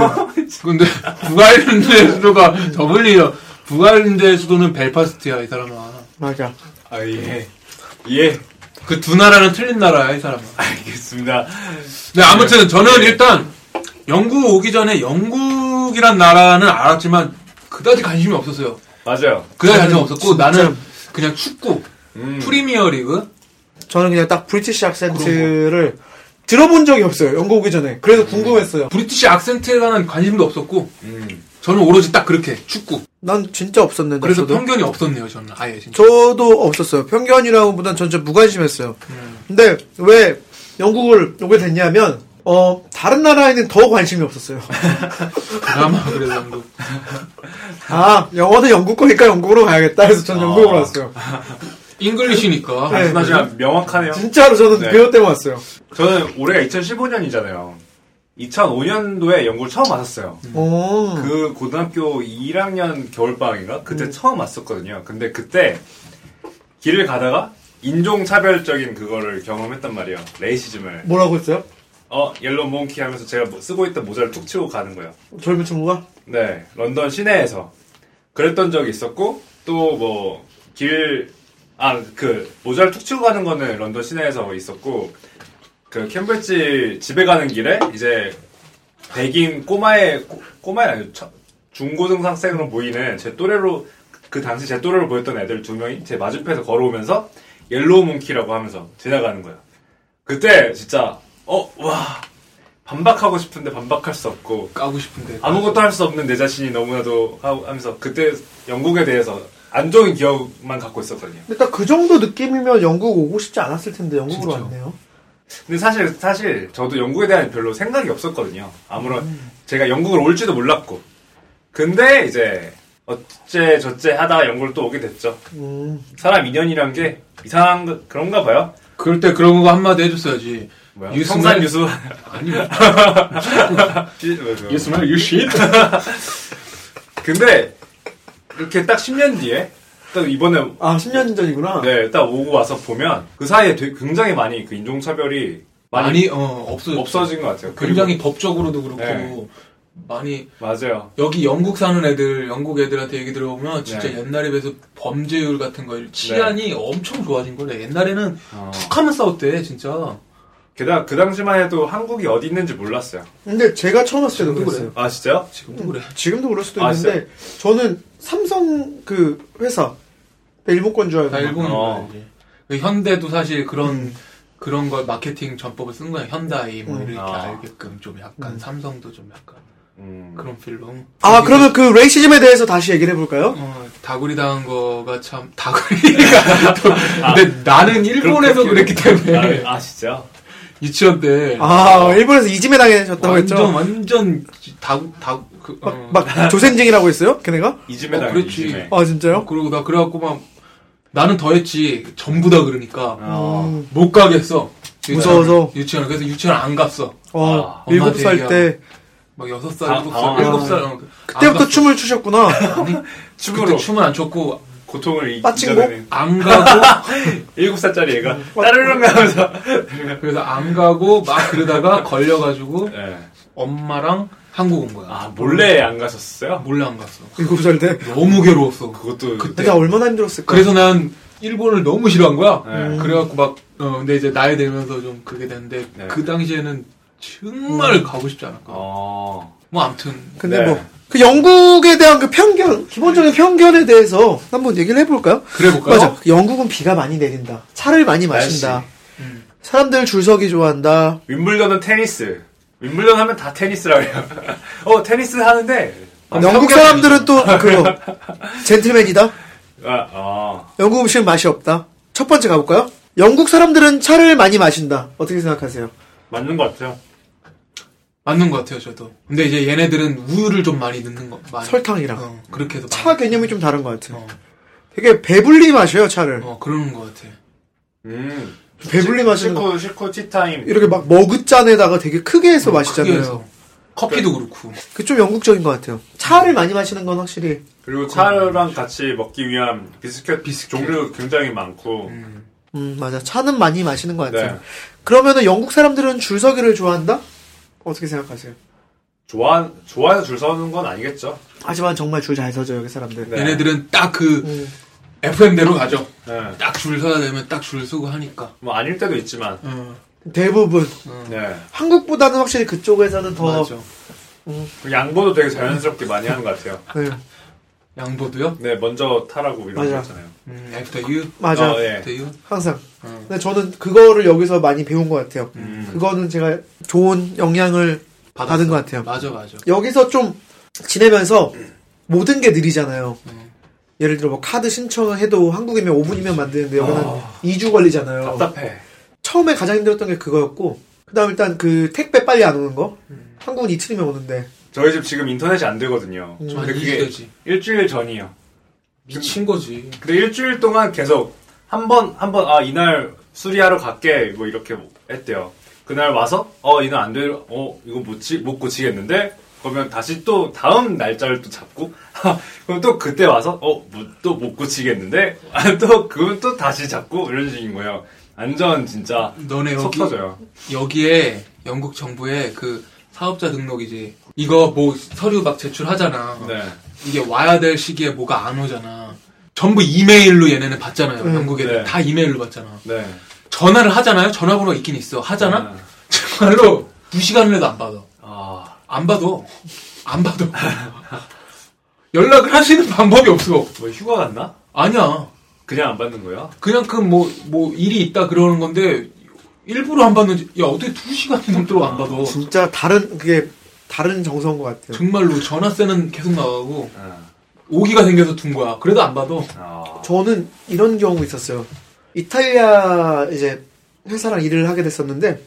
[SPEAKER 2] 근데 북아일랜드의 수도가 더블린이라 북아일랜드의 수도는 벨파스트야 이 사람아.
[SPEAKER 3] 맞아.
[SPEAKER 4] 아, 예. 예.
[SPEAKER 2] 그 두 나라는 틀린 나라야 이 사람아.
[SPEAKER 4] 알겠습니다.
[SPEAKER 2] 네 아무튼 저는 일단 영국 오기 전에 영국이란 나라는 알았지만 그다지 관심이 없었어요.
[SPEAKER 4] 맞아요.
[SPEAKER 2] 그다지 관심
[SPEAKER 3] 저는
[SPEAKER 2] 없었고 나는 그냥 축구
[SPEAKER 4] 음.
[SPEAKER 2] 프리미어 리그
[SPEAKER 3] 저는 그냥 딱 브리티시 악센트를 들어본 적이 없어요. 영국 오기 전에.
[SPEAKER 2] 음.
[SPEAKER 3] 그래서 궁금했어요.
[SPEAKER 2] 브리티시 악센트에 관한 관심도 없었고
[SPEAKER 4] 음.
[SPEAKER 2] 저는 오로지 딱 그렇게 축구.
[SPEAKER 3] 난 진짜 없었는데.
[SPEAKER 2] 그래서
[SPEAKER 3] 저도.
[SPEAKER 2] 편견이 없었네요 저는 아예 진짜.
[SPEAKER 3] 저도 없었어요. 편견이라기보단 전 진짜 무관심했어요.
[SPEAKER 2] 음.
[SPEAKER 3] 근데 왜 영국을 오게 됐냐면 어 다른 나라에는 더 관심이 없었어요.
[SPEAKER 2] 드라마 그래서 영국.
[SPEAKER 3] 아 영어는 영국 거니까 영국으로 가야겠다 해서
[SPEAKER 2] 아.
[SPEAKER 3] 전 영국으로 왔어요.
[SPEAKER 2] 잉글리시니까.
[SPEAKER 3] 네.
[SPEAKER 4] 하지만 명확하네요.
[SPEAKER 3] 진짜로 저는
[SPEAKER 4] 네.
[SPEAKER 3] 그것 때문에 왔어요.
[SPEAKER 4] 저는 올해가 2015년이잖아요. 2005년도에 영국을 처음 왔었어요.
[SPEAKER 3] 오.
[SPEAKER 4] 그 고등학교 2학년 겨울방학인가? 그때 처음 왔었거든요. 근데 그때 길을 가다가 인종차별적인 그거를 경험했단 말이에요. 레이시즘을.
[SPEAKER 3] 뭐라고 했어요?
[SPEAKER 4] 어, 옐로 몽키 하면서 제가 뭐- 쓰고 있던 모자를 툭 치고 가는 거예요.
[SPEAKER 3] 젊은 친구가?
[SPEAKER 4] 네, 런던 시내에서 그랬던 적이 있었고 또 뭐 길 아 그 모자를 툭 치고 가는 거는 런던 시내에서 있었고 그 캠브리지 집에 가는 길에 이제 백인 꼬마의 꼬- 꼬마의 아니 중고등학생으로 보이는 제 또래로 그 당시 제 또래로 보였던 애들 두 명이 제 맞은편에서 걸어오면서 옐로우 몽키라고 하면서 지나가는 거예요. 그때 진짜 어 와 반박하고 싶은데 반박할 수 없고
[SPEAKER 2] 까고 싶은데.
[SPEAKER 4] 아무것도 할 수 없는 내 자신이 너무나도 하고 하면서 그때 영국에 대해서 안 좋은 기억만 갖고 있었거든요.
[SPEAKER 3] 근데 딱 그 정도 느낌이면 영국 오고 싶지 않았을 텐데 영국으로
[SPEAKER 2] 진짜.
[SPEAKER 3] 왔네요.
[SPEAKER 4] 근데 사실 사실 저도 영국에 대한 별로 생각이 없었거든요. 아무런 제가 영국을 올지도 몰랐고. 근데 이제 어째 저째 하다 영국을 또 오게 됐죠.
[SPEAKER 3] 음.
[SPEAKER 4] 사람 인연이란 게 이상한 거- 그런가 봐요.
[SPEAKER 2] 그럴 때 그런 거 한마디 해줬어야지.
[SPEAKER 4] 뭐야?
[SPEAKER 2] 유승은-
[SPEAKER 4] 성산 유수.
[SPEAKER 2] 아니.
[SPEAKER 4] 씨, 뭐, 뭐.
[SPEAKER 2] smell you shit.
[SPEAKER 4] 근데 이렇게 딱 10년 뒤에 딱 이번에
[SPEAKER 3] 아 10년 전이구나.
[SPEAKER 4] 네, 딱 오고 와서 보면 그 사이에 되게 굉장히 많이 그 인종차별이 많이
[SPEAKER 2] 많이 어 없어.
[SPEAKER 4] 없어진 것 같아요. 그리고-
[SPEAKER 2] 굉장히 법적으로도 그렇고
[SPEAKER 4] 네.
[SPEAKER 2] 많이
[SPEAKER 4] 맞아요.
[SPEAKER 2] 여기 영국 사는 애들 영국 애들한테 얘기 들어보면 진짜
[SPEAKER 4] 네.
[SPEAKER 2] 옛날에 비해서 범죄율 같은 거 치안이 엄청 좋아진 거래. 옛날에는
[SPEAKER 4] 어.
[SPEAKER 2] 툭 하면 싸웠대 진짜.
[SPEAKER 4] 게다가 그 당시만 해도 한국이 어디 있는지 몰랐어요.
[SPEAKER 3] 근데 제가 처음 왔을 때도
[SPEAKER 2] 지금도
[SPEAKER 3] 그랬어요.
[SPEAKER 4] 아 진짜요?
[SPEAKER 2] 지금도 그래.
[SPEAKER 3] 지금도 그럴 수도
[SPEAKER 4] 아,
[SPEAKER 3] 있는데 저는 삼성 그 회사 일본 건 줄 알고
[SPEAKER 2] 다 일본인
[SPEAKER 4] 어.
[SPEAKER 2] 거지. 그 현대도 사실 그런 그런 걸 마케팅 전법을 쓴 거야. 현대이 뭐
[SPEAKER 3] 음.
[SPEAKER 2] 이렇게
[SPEAKER 4] 아.
[SPEAKER 2] 알게끔 좀 약간 삼성도 좀 약간
[SPEAKER 4] 음.
[SPEAKER 2] 그런 필름.
[SPEAKER 3] 아 그러면 그 레이시즘에 대해서 다시 얘기를 해볼까요?
[SPEAKER 2] 어, 다구리 당한 거가 참 다구리가 또- 근데 나는 일본에서 그랬기 때문에
[SPEAKER 4] 아, 아 진짜요?
[SPEAKER 2] 유치원 때
[SPEAKER 3] 아 일본에서 이지메 당했다고
[SPEAKER 2] 완전
[SPEAKER 3] 했죠?
[SPEAKER 2] 완전 다구 다구 그, 어.
[SPEAKER 3] 막 조센징이라고 했어요? 걔네가?
[SPEAKER 4] 이지메
[SPEAKER 2] 어,
[SPEAKER 4] 당
[SPEAKER 2] 그렇지.
[SPEAKER 4] 이지메.
[SPEAKER 3] 아 진짜요?
[SPEAKER 2] 그리고 나 그래갖고 막 나는 더했지 전부 다 그러니까
[SPEAKER 4] 어.
[SPEAKER 2] 못 가겠어 유치원을.
[SPEAKER 3] 음. 무서워서.
[SPEAKER 2] 유치원 그래서 유치원 안 갔어
[SPEAKER 3] 와
[SPEAKER 4] 아,
[SPEAKER 3] 일곱
[SPEAKER 2] 엄마한테
[SPEAKER 3] 살 때
[SPEAKER 2] 막 여섯 살
[SPEAKER 4] 아,
[SPEAKER 2] 일곱
[SPEAKER 4] 아.
[SPEAKER 2] 살 일곱 살 어, 안
[SPEAKER 3] 그때부터
[SPEAKER 2] 갔어.
[SPEAKER 3] 춤을 추셨구나.
[SPEAKER 2] 아니,
[SPEAKER 4] 춤으로.
[SPEAKER 2] 그때 춤은 안 췄고
[SPEAKER 4] 고통을 이-
[SPEAKER 3] 빠친구? 음.
[SPEAKER 4] 잊어내는
[SPEAKER 2] 안 가고
[SPEAKER 4] 일곱 살짜리 애가 따르릉 하면서
[SPEAKER 2] 그래서 안 가고 막 그러다가 걸려가지고
[SPEAKER 4] 예.
[SPEAKER 2] 엄마랑 한국 온 거야.
[SPEAKER 4] 아 몰래 안 가셨어요?
[SPEAKER 2] 몰래 안 갔어.
[SPEAKER 3] 일곱 살 때.
[SPEAKER 2] 너무 괴로웠어.
[SPEAKER 4] 그것도
[SPEAKER 2] 그때
[SPEAKER 3] 근데 얼마나 힘들었을까?
[SPEAKER 2] 네. 그래서 난 일본을 너무 싫어한 거야.
[SPEAKER 3] 음.
[SPEAKER 4] 네.
[SPEAKER 2] 그래갖고 막 어, 근데 이제 나이 들면서 좀 그게 됐는데
[SPEAKER 4] 네.
[SPEAKER 2] 그 당시에는 정말
[SPEAKER 3] 음.
[SPEAKER 2] 가고 싶지 않았고.
[SPEAKER 4] 어
[SPEAKER 2] 뭐 아무튼
[SPEAKER 3] 근데
[SPEAKER 4] 네.
[SPEAKER 3] 뭐. 그 영국에 대한 그 편견, 기본적인 편견에 대해서 한번 얘기를 해볼까요?
[SPEAKER 2] 그래 볼까요? 네,
[SPEAKER 3] 맞아. 영국은 비가 많이 내린다. 차를 많이 마신다.
[SPEAKER 4] 날씨.
[SPEAKER 3] 사람들 줄 서기 좋아한다.
[SPEAKER 4] 윈블던은 테니스 윈블던 하면 다 테니스라고 해요 어 테니스 하는데
[SPEAKER 2] 아,
[SPEAKER 3] 영국 사람들은 또 그거 젠틀맨이다.
[SPEAKER 4] 아, 아.
[SPEAKER 3] 영국 음식은 맛이 없다. 첫 번째 가볼까요? 영국 사람들은 차를 많이 마신다. 어떻게 생각하세요?
[SPEAKER 4] 맞는 것 같아요
[SPEAKER 2] 맞는 것 같아요 저도. 근데 이제 얘네들은 우유를 좀 많이 넣는 거. 많이.
[SPEAKER 3] 설탕이랑
[SPEAKER 2] 어, 그렇게 해서
[SPEAKER 3] 차
[SPEAKER 2] 많이-
[SPEAKER 3] 개념이 좀 다른 것 같아요.
[SPEAKER 2] 어.
[SPEAKER 3] 되게 배불리 마셔요 차를.
[SPEAKER 2] 어 그러는 것 같아.
[SPEAKER 4] 음
[SPEAKER 3] 배불리 마시는 거.
[SPEAKER 4] 실코 실코 티타임
[SPEAKER 3] 이렇게 막 머그잔에다가 되게 크게 해서 마시잖아요.
[SPEAKER 2] 어,
[SPEAKER 3] 네.
[SPEAKER 2] 크게 해서. 커피도 그렇고.
[SPEAKER 3] 그게 좀 영국적인 것 같아요. 차를 많이 마시는 건 확실히
[SPEAKER 4] 그리고 차랑 같이 먹기 위한 비스켓 비스 종류 굉장히 많고
[SPEAKER 3] 음 맞아 차는 많이 마시는 것 같아요.
[SPEAKER 4] 네.
[SPEAKER 3] 그러면은 영국 사람들은 줄서기를 좋아한다? 어떻게 생각하세요?
[SPEAKER 4] 좋아 좋아해서 줄 서는 건 아니겠죠
[SPEAKER 3] 하지만 정말 줄 잘 서죠 여기 사람들.
[SPEAKER 4] 네.
[SPEAKER 2] 얘네들은 딱 그
[SPEAKER 3] 음.
[SPEAKER 2] FM대로 가죠.
[SPEAKER 4] 네.
[SPEAKER 2] 딱 줄 서야 되면 딱 줄 서고 하니까.
[SPEAKER 4] 뭐 아닐 때도 있지만
[SPEAKER 2] 어,
[SPEAKER 3] 대부분
[SPEAKER 4] 네.
[SPEAKER 3] 한국보다는 확실히 그쪽에서는 더
[SPEAKER 2] 맞아.
[SPEAKER 4] 그 양보도 되게 자연스럽게 많이 하는 것 같아요
[SPEAKER 3] 네,
[SPEAKER 2] 양보도요?
[SPEAKER 4] 네 먼저 타라고 이런
[SPEAKER 3] 맞아.
[SPEAKER 4] 거 있잖아요
[SPEAKER 2] 음, after you,
[SPEAKER 3] 맞아
[SPEAKER 4] 어, 예.
[SPEAKER 2] after you.
[SPEAKER 3] 항상.
[SPEAKER 2] 어.
[SPEAKER 3] 근데 저는 그거를 여기서 많이 배운 것 같아요.
[SPEAKER 4] 음.
[SPEAKER 3] 그거는 제가 좋은 영향을 받은 것 같아요.
[SPEAKER 2] 맞아, 맞아.
[SPEAKER 3] 여기서 좀 지내면서 모든 게 느리잖아요. 예를 들어 뭐 카드 신청을 해도 한국이면 5분이면 만드는데 여기는 2주 걸리잖아요.
[SPEAKER 4] 아. 답답해
[SPEAKER 3] 처음에 가장 힘들었던 게 그거였고 그다음 일단 그 택배 빨리 안 오는 거. 한국은 이틀이면 오는데
[SPEAKER 4] 저희 집 지금 인터넷이 안 되거든요
[SPEAKER 2] 좀
[SPEAKER 4] 근데
[SPEAKER 2] 안
[SPEAKER 4] 그게
[SPEAKER 2] 잊어지.
[SPEAKER 4] 일주일 전이요
[SPEAKER 2] 미친 거지.
[SPEAKER 4] 근데 일주일 동안 계속 한 번 한 번 아 이날 수리하러 갈게 뭐 이렇게 했대요. 그날 와서 어 이날 안 될, 어 이거 못지 못 고치겠는데 그러면 다시 또 다음 날짜를 또 잡고 그럼 또 그때 와서 어 또 못 고치겠는데 아, 또 그건 또 다시 잡고 이런 식인 거예요. 완전 진짜
[SPEAKER 2] 너네
[SPEAKER 4] 속
[SPEAKER 2] 여기
[SPEAKER 4] 터져요.
[SPEAKER 2] 여기에 영국 정부의 그 사업자 등록이지. 이거 뭐 서류 막 제출하잖아.
[SPEAKER 4] 네.
[SPEAKER 2] 이게 와야 될 시기에 뭐가 안 오잖아. 전부 이메일로 얘네는 받잖아요.
[SPEAKER 3] 음.
[SPEAKER 2] 영국에
[SPEAKER 4] 네.
[SPEAKER 2] 다 이메일로 받잖아.
[SPEAKER 4] 네.
[SPEAKER 2] 전화를 하잖아요. 전화번호가 있긴 있어. 하잖아.
[SPEAKER 4] 네.
[SPEAKER 2] 정말로 두 시간이라도 안 받아.
[SPEAKER 4] 아,
[SPEAKER 2] 안 받아. 안 받아. 연락을 하시는 방법이 없어.
[SPEAKER 4] 뭐 휴가 갔나?
[SPEAKER 2] 아니야.
[SPEAKER 4] 그냥 안 받는 거야?
[SPEAKER 2] 그냥 그 뭐 뭐 일이 있다 그러는 건데 일부러 안 받는지 야 어떻게 두 시간이 넘도록 안
[SPEAKER 4] 어.
[SPEAKER 2] 받아.
[SPEAKER 3] 진짜 다른 그게 다른 정서인 것 같아요.
[SPEAKER 2] 정말로 전화세는 계속 나가고
[SPEAKER 4] 아,
[SPEAKER 2] 오기가 생겨서 둔 거야. 그래도 안 받아.
[SPEAKER 4] 아,
[SPEAKER 3] 저는 이런 경우 있었어요. 이탈리아 이제 회사랑 일을 하게 됐었는데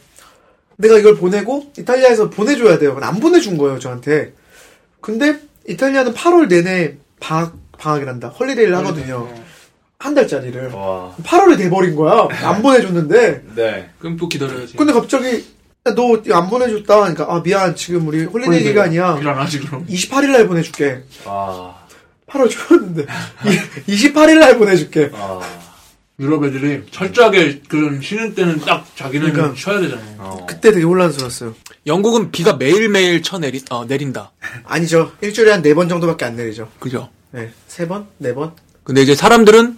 [SPEAKER 3] 내가 이걸 보내고 이탈리아에서 보내줘야 돼요. 근데 안 보내준 거예요 저한테. 근데 이탈리아는 8월 내내 방학 방학을 한다. 헐리데이를 어. 하거든요. 한 달짜리를.
[SPEAKER 4] 아, 와,
[SPEAKER 3] 8월이 돼버린 거야. 안 보내줬는데.
[SPEAKER 4] 네.
[SPEAKER 2] 그럼 또 기다려야지.
[SPEAKER 3] 근데 갑자기 너 안 보내줬다. 그러니까 아 미안 지금 우리 홀리데이
[SPEAKER 2] 홀리데이.
[SPEAKER 3] 기간이야.
[SPEAKER 2] 일 안 하지 그럼.
[SPEAKER 3] 28일 날 보내줄게.
[SPEAKER 4] 아,
[SPEAKER 3] 8월 초였는데 28일 날 보내줄게.
[SPEAKER 4] 아,
[SPEAKER 2] 유럽 애들이 철저하게 그런 쉬는 때는 딱 자기는
[SPEAKER 3] 그러니까.
[SPEAKER 2] 쉬어야 되잖아요.
[SPEAKER 4] 어.
[SPEAKER 3] 그때 되게 혼란스러웠어요.
[SPEAKER 2] 영국은 비가 매일매일 쳐 내리, 어, 내린다.
[SPEAKER 3] 아니죠. 일주일에 한 네 번 정도밖에 안 내리죠.
[SPEAKER 2] 그죠?
[SPEAKER 3] 네. 세 번? 네 번?
[SPEAKER 2] 근데 이제 사람들은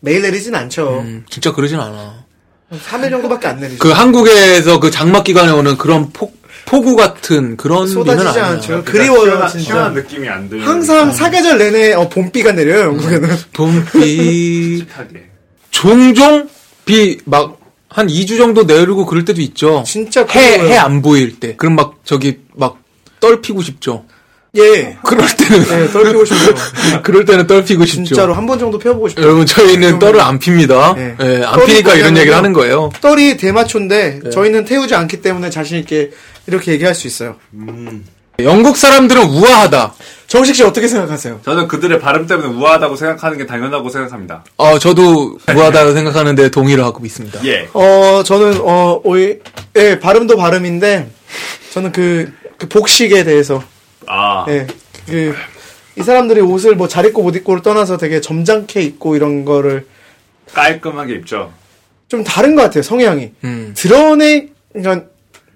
[SPEAKER 3] 매일 내리진 않죠.
[SPEAKER 2] 진짜 그러진 않아.
[SPEAKER 3] 한 3일 정도밖에 안 내리죠.
[SPEAKER 2] 음. 그 한국에서 그 장마 기간에 오는 그런 폭, 폭우 같은 그런 비는
[SPEAKER 3] 쏟아지지
[SPEAKER 2] 아니야. 그러니까
[SPEAKER 3] 않죠. 그리워요,
[SPEAKER 4] 시원한,
[SPEAKER 3] 진짜.
[SPEAKER 4] 시원한 느낌이 안 들어요.
[SPEAKER 2] 음.
[SPEAKER 3] 항상 사계절 내내 어, 봄비가 내려요, 영국에는.
[SPEAKER 2] 봄비
[SPEAKER 4] 힙하게.
[SPEAKER 2] 종종 비 막 한 2주 정도 내리고 그럴 때도 있죠.
[SPEAKER 3] 진짜 그래요.
[SPEAKER 2] 해해 안 보일 때. 그럼 막 저기 막 떨피고 싶죠.
[SPEAKER 3] 예.
[SPEAKER 2] 그럴 때는
[SPEAKER 3] 네, 떨피고 싶죠.
[SPEAKER 2] 그럴 때는 떨피고 싶죠.
[SPEAKER 3] 진짜로 한 번 정도 펴보고 싶어요.
[SPEAKER 2] 여러분 저희는 떨을 안 핍니다.
[SPEAKER 3] 네.
[SPEAKER 2] 예, 안
[SPEAKER 3] 떨이
[SPEAKER 2] 피니까 이런
[SPEAKER 3] 뭐냐면요.
[SPEAKER 2] 얘기를 하는 거예요. 네.
[SPEAKER 3] 떨이 대마초인데 저희는 태우지 않기 때문에 자신있게 이렇게 얘기할 수 있어요.
[SPEAKER 2] 영국 사람들은 우아하다.
[SPEAKER 3] 정식 씨 어떻게 생각하세요?
[SPEAKER 4] 저는 그들의 발음 때문에 우아하다고 생각하는 게 당연하고 생각합니다.
[SPEAKER 2] 어, 저도 우아하다고 생각하는데 동의를 하고 있습니다.
[SPEAKER 4] 예.
[SPEAKER 3] 어, 저는, 어, 오이, 예, 발음도 발음인데, 저는 그, 그 복식에 대해서,
[SPEAKER 4] 아,
[SPEAKER 3] 예, 그, 이 사람들이 옷을 뭐 잘 입고 못 입고를 떠나서 되게 점잖게 입고 이런 거를
[SPEAKER 4] 깔끔하게 입죠.
[SPEAKER 3] 좀 다른 것 같아요 성향이
[SPEAKER 2] 음.
[SPEAKER 3] 드러내 그러니까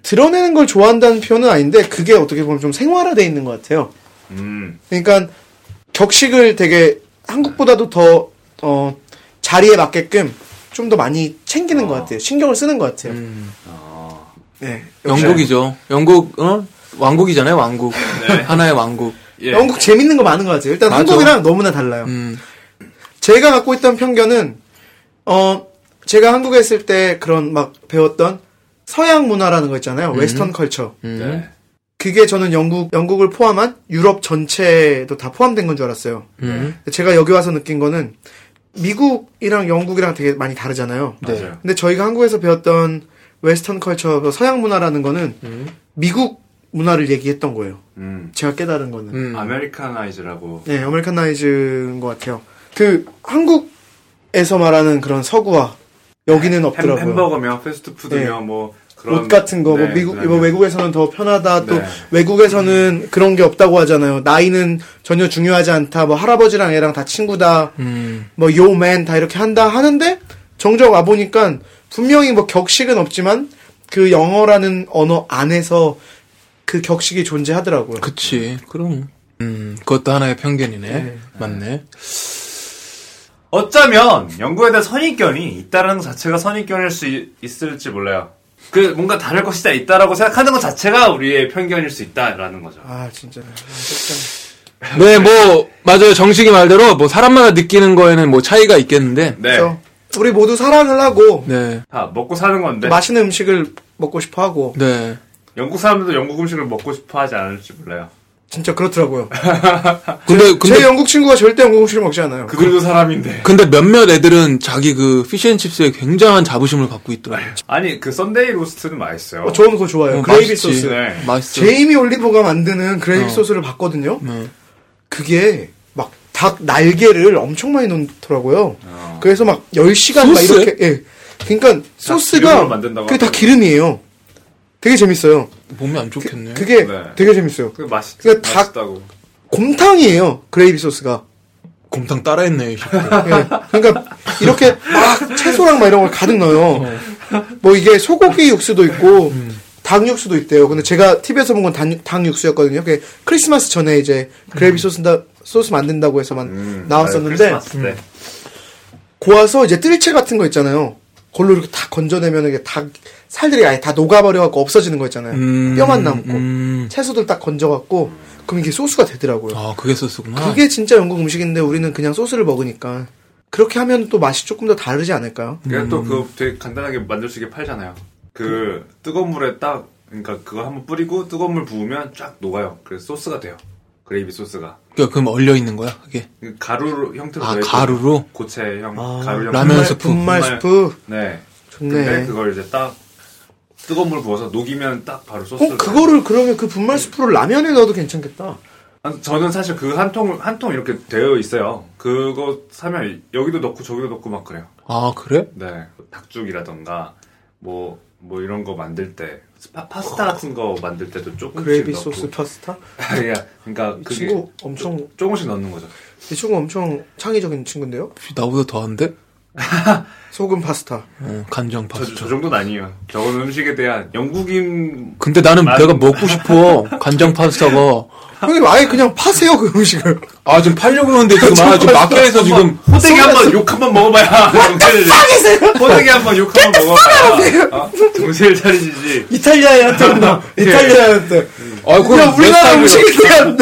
[SPEAKER 3] 드러내는 걸 좋아한다는 표현은 아닌데 그게 어떻게 보면 좀 생활화돼 있는 것 같아요.
[SPEAKER 4] 음,
[SPEAKER 3] 그러니까 격식을 되게 한국보다도 더 어, 자리에 맞게끔 좀 더 많이 챙기는 것 같아요. 신경을 쓰는 것 같아요. 네.
[SPEAKER 2] 음. 영국이죠. 영국 어? 왕국이잖아요. 왕국
[SPEAKER 3] 네.
[SPEAKER 2] 하나의 왕국.
[SPEAKER 4] 예.
[SPEAKER 3] 영국 재밌는 거 많은 것 같아요. 일단
[SPEAKER 2] 맞아.
[SPEAKER 3] 한국이랑 너무나 달라요.
[SPEAKER 2] 음,
[SPEAKER 3] 제가 갖고 있던 편견은 어 제가 한국에 있을 때 그런 막 배웠던 서양 문화라는 거 있잖아요. 웨스턴 컬처.
[SPEAKER 4] 네.
[SPEAKER 3] 그게 저는 영국 영국을 포함한 유럽 전체도 다 포함된 건 줄 알았어요. 제가 여기 와서 느낀 거는 미국이랑 영국이랑 되게 많이 다르잖아요.
[SPEAKER 4] 맞아요.
[SPEAKER 3] 근데 저희가 한국에서 배웠던 웨스턴 컬처, 서양 문화라는 거는 미국 문화를 얘기했던 거예요.
[SPEAKER 4] 음.
[SPEAKER 3] 제가 깨달은 거는.
[SPEAKER 2] 음.
[SPEAKER 4] 아메리카나이즈라고.
[SPEAKER 3] 네, 아메리카나이즈인 것 같아요. 그 한국에서 말하는 그런 서구화 여기는
[SPEAKER 4] 네, 햄,
[SPEAKER 3] 없더라고요.
[SPEAKER 4] 햄버거며 패스트푸드며
[SPEAKER 3] 네.
[SPEAKER 4] 뭐 그런
[SPEAKER 3] 옷 같은 거, 뭐
[SPEAKER 4] 네,
[SPEAKER 3] 미국,
[SPEAKER 4] 그다음에
[SPEAKER 3] 뭐 외국에서는 더 편하다. 또
[SPEAKER 4] 네.
[SPEAKER 3] 외국에서는 그런 게 없다고 하잖아요. 나이는 전혀 중요하지 않다. 뭐 할아버지랑 애랑 다 친구다.
[SPEAKER 2] 음.
[SPEAKER 3] 뭐 요맨 다 이렇게 한다 하는데 정작 와 보니까 분명히 뭐 격식은 없지만 그 영어라는 언어 안에서 그 격식이 존재하더라고요.
[SPEAKER 2] 그치. 그럼. 음, 그것도 하나의 편견이네.
[SPEAKER 3] 예.
[SPEAKER 2] 맞네.
[SPEAKER 4] 어쩌면 연구에 대한 선입견이 있다라는 것 자체가 선입견일 수 있, 있을지 몰라요. 그 뭔가 다를 것이다 있다라고 생각하는 것 자체가 우리의 편견일 수 있다라는 거죠.
[SPEAKER 3] 아 진짜. 예.
[SPEAKER 2] 네, 뭐, 맞아요. 정식이 말대로, 뭐, 사람마다 느끼는 거에는 뭐, 차이가 있겠는데.
[SPEAKER 4] 네.
[SPEAKER 3] 그래서 우리 모두 사랑을 하고
[SPEAKER 2] 네.
[SPEAKER 4] 다 먹고 사는 건데
[SPEAKER 3] 맛있는 음식을 먹고 싶어 하고
[SPEAKER 2] 네.
[SPEAKER 4] 영국 사람들도 영국 음식을 먹고 싶어 하지 않을지 몰라요.
[SPEAKER 3] 진짜 그렇더라고요.
[SPEAKER 4] 아,
[SPEAKER 2] 근데,
[SPEAKER 3] 제
[SPEAKER 2] 근데,
[SPEAKER 3] 영국 친구가 절대 영국 음식을 먹지 않아요.
[SPEAKER 4] 그들도 사람인데.
[SPEAKER 2] 근데 몇몇 애들은 자기 그, 피쉬앤칩스에 굉장한 자부심을 갖고
[SPEAKER 3] 네.
[SPEAKER 2] 있더라고요.
[SPEAKER 4] 아니 그 썬데이 로스트는 맛있어요.
[SPEAKER 3] 어, 저는 그거 좋아해요.
[SPEAKER 2] 어,
[SPEAKER 3] 그레이비
[SPEAKER 2] 맛있지.
[SPEAKER 3] 소스.
[SPEAKER 4] 음, 네. 어.
[SPEAKER 2] 맛있어.
[SPEAKER 3] 제이미 올리버가 만드는 그레이비 소스를 봤거든요.
[SPEAKER 2] 네.
[SPEAKER 3] 그게 막 닭 날개를 엄청 많이 넣더라고요.
[SPEAKER 4] 어. 아,
[SPEAKER 3] 그래서 막 10시간 막
[SPEAKER 2] 소스에?
[SPEAKER 3] 이렇게 예. 그러니까 소스가
[SPEAKER 4] 기름으로 만든다고
[SPEAKER 3] 그게 다
[SPEAKER 4] 하더라고요.
[SPEAKER 3] 기름이에요. 되게 재밌어요.
[SPEAKER 2] 몸이 안 좋겠네.
[SPEAKER 3] 그게
[SPEAKER 4] 네.
[SPEAKER 3] 되게 재밌어요.
[SPEAKER 4] 그 맛있,
[SPEAKER 3] 그러니까 닭-
[SPEAKER 4] 맛있다고.
[SPEAKER 3] 곰탕이에요. 그레이비 소스가.
[SPEAKER 2] 곰탕 따라했네. 이 새끼.
[SPEAKER 3] 예. 그러니까 이렇게 막 채소랑 막 이런 걸 가득 넣어요. 뭐 이게 소고기 육수도 있고 닭 육수도 있대요. 근데 제가 TV에서 본 건 닭 육수였거든요. 그게 크리스마스 전에 이제 그레이비 소스다 소스 만든다고 해서만 음, 나왔었는데
[SPEAKER 4] 음. 네, 아,
[SPEAKER 3] 음.
[SPEAKER 4] 크리스마스 때.
[SPEAKER 3] 고와서 이제 뜰채 같은 거 있잖아요. 그걸로 이렇게 다 건져내면 이게 닭 살들이 아예 다 녹아버려갖고 없어지는 거 있잖아요.
[SPEAKER 2] 음.
[SPEAKER 3] 뼈만 남고
[SPEAKER 2] 음.
[SPEAKER 3] 채소들 딱 건져갖고 그럼 이게 소스가 되더라고요.
[SPEAKER 2] 아, 그게 소스구나.
[SPEAKER 3] 그게 진짜 영국 음식인데 우리는 그냥 소스를 먹으니까 그렇게 하면 또 맛이 조금 더 다르지 않을까요?
[SPEAKER 4] 그게 또 그거 되게 간단하게 만들 수 있게 팔잖아요. 그 뜨거운 물에 딱 그러니까 그거 한번 뿌리고 뜨거운 물 부으면 쫙 녹아요. 그래서 소스가 돼요. 그레이비 소스가.
[SPEAKER 2] 그러니까 그럼 얼려 있는 거야, 그게.
[SPEAKER 4] 그 가루로 형태로
[SPEAKER 2] 아,
[SPEAKER 4] 돼있고,
[SPEAKER 2] 가루로?
[SPEAKER 4] 고체형 가루 형
[SPEAKER 2] 라면
[SPEAKER 3] 분말-
[SPEAKER 2] 스프.
[SPEAKER 3] 아, 분말
[SPEAKER 4] 분말.
[SPEAKER 3] 스프.
[SPEAKER 4] 네.
[SPEAKER 3] 좋네.
[SPEAKER 4] 근데 그걸 이제 딱 뜨거운 물 부어서 녹이면 딱 바로 소스.
[SPEAKER 3] 어, 그거를 그러면 그 분말 스프를 라면에 넣어도 괜찮겠다.
[SPEAKER 4] 저는 사실 그 한 통 한 통 이렇게 되어 있어요. 그거 사면 여기도 넣고 저기도 넣고 막 그래요.
[SPEAKER 2] 아, 그래?
[SPEAKER 4] 네. 닭죽이라던가 뭐, 뭐 이런 거 만들 때 스파, 파스타 같은 거 만들 때도 조금씩
[SPEAKER 3] 그레이비
[SPEAKER 4] 넣고.
[SPEAKER 3] 소스 파스타.
[SPEAKER 4] 예, 그러니까
[SPEAKER 3] 이
[SPEAKER 4] 그게
[SPEAKER 3] 친구 엄청
[SPEAKER 4] 조금씩 넣는 거죠.
[SPEAKER 3] 이 친구 엄청 창의적인 친구인데요.
[SPEAKER 2] 나보다 더한데?
[SPEAKER 3] 소금 파스타.
[SPEAKER 2] 어, 간장
[SPEAKER 4] 저,
[SPEAKER 2] 파스타.
[SPEAKER 4] 저 정도는 아니에요. 저건 음식에 대한 영국인
[SPEAKER 2] 근데 나는
[SPEAKER 4] 맛-
[SPEAKER 2] 내가 먹고 싶어. 간장 파스타가.
[SPEAKER 3] 형님 아예 그냥 파세요 그 음식을.
[SPEAKER 2] 아, 지금 팔려고 하는데 지금 아, 지금 마켓에서 지금
[SPEAKER 3] 뭐,
[SPEAKER 4] 호되게 한번 욕 한번 먹어봐야 아,
[SPEAKER 3] 네,
[SPEAKER 4] 정신을 차리세요. 호되게 한번 욕 한번 먹어봐야 어? 정신을 차리시지.
[SPEAKER 3] 이탈리아에 한테구나. 이탈리아에 한테.
[SPEAKER 2] 아, 그럼
[SPEAKER 3] 그냥
[SPEAKER 2] 내
[SPEAKER 3] 우리나라
[SPEAKER 2] 스타일이요.
[SPEAKER 3] 음식에 대한.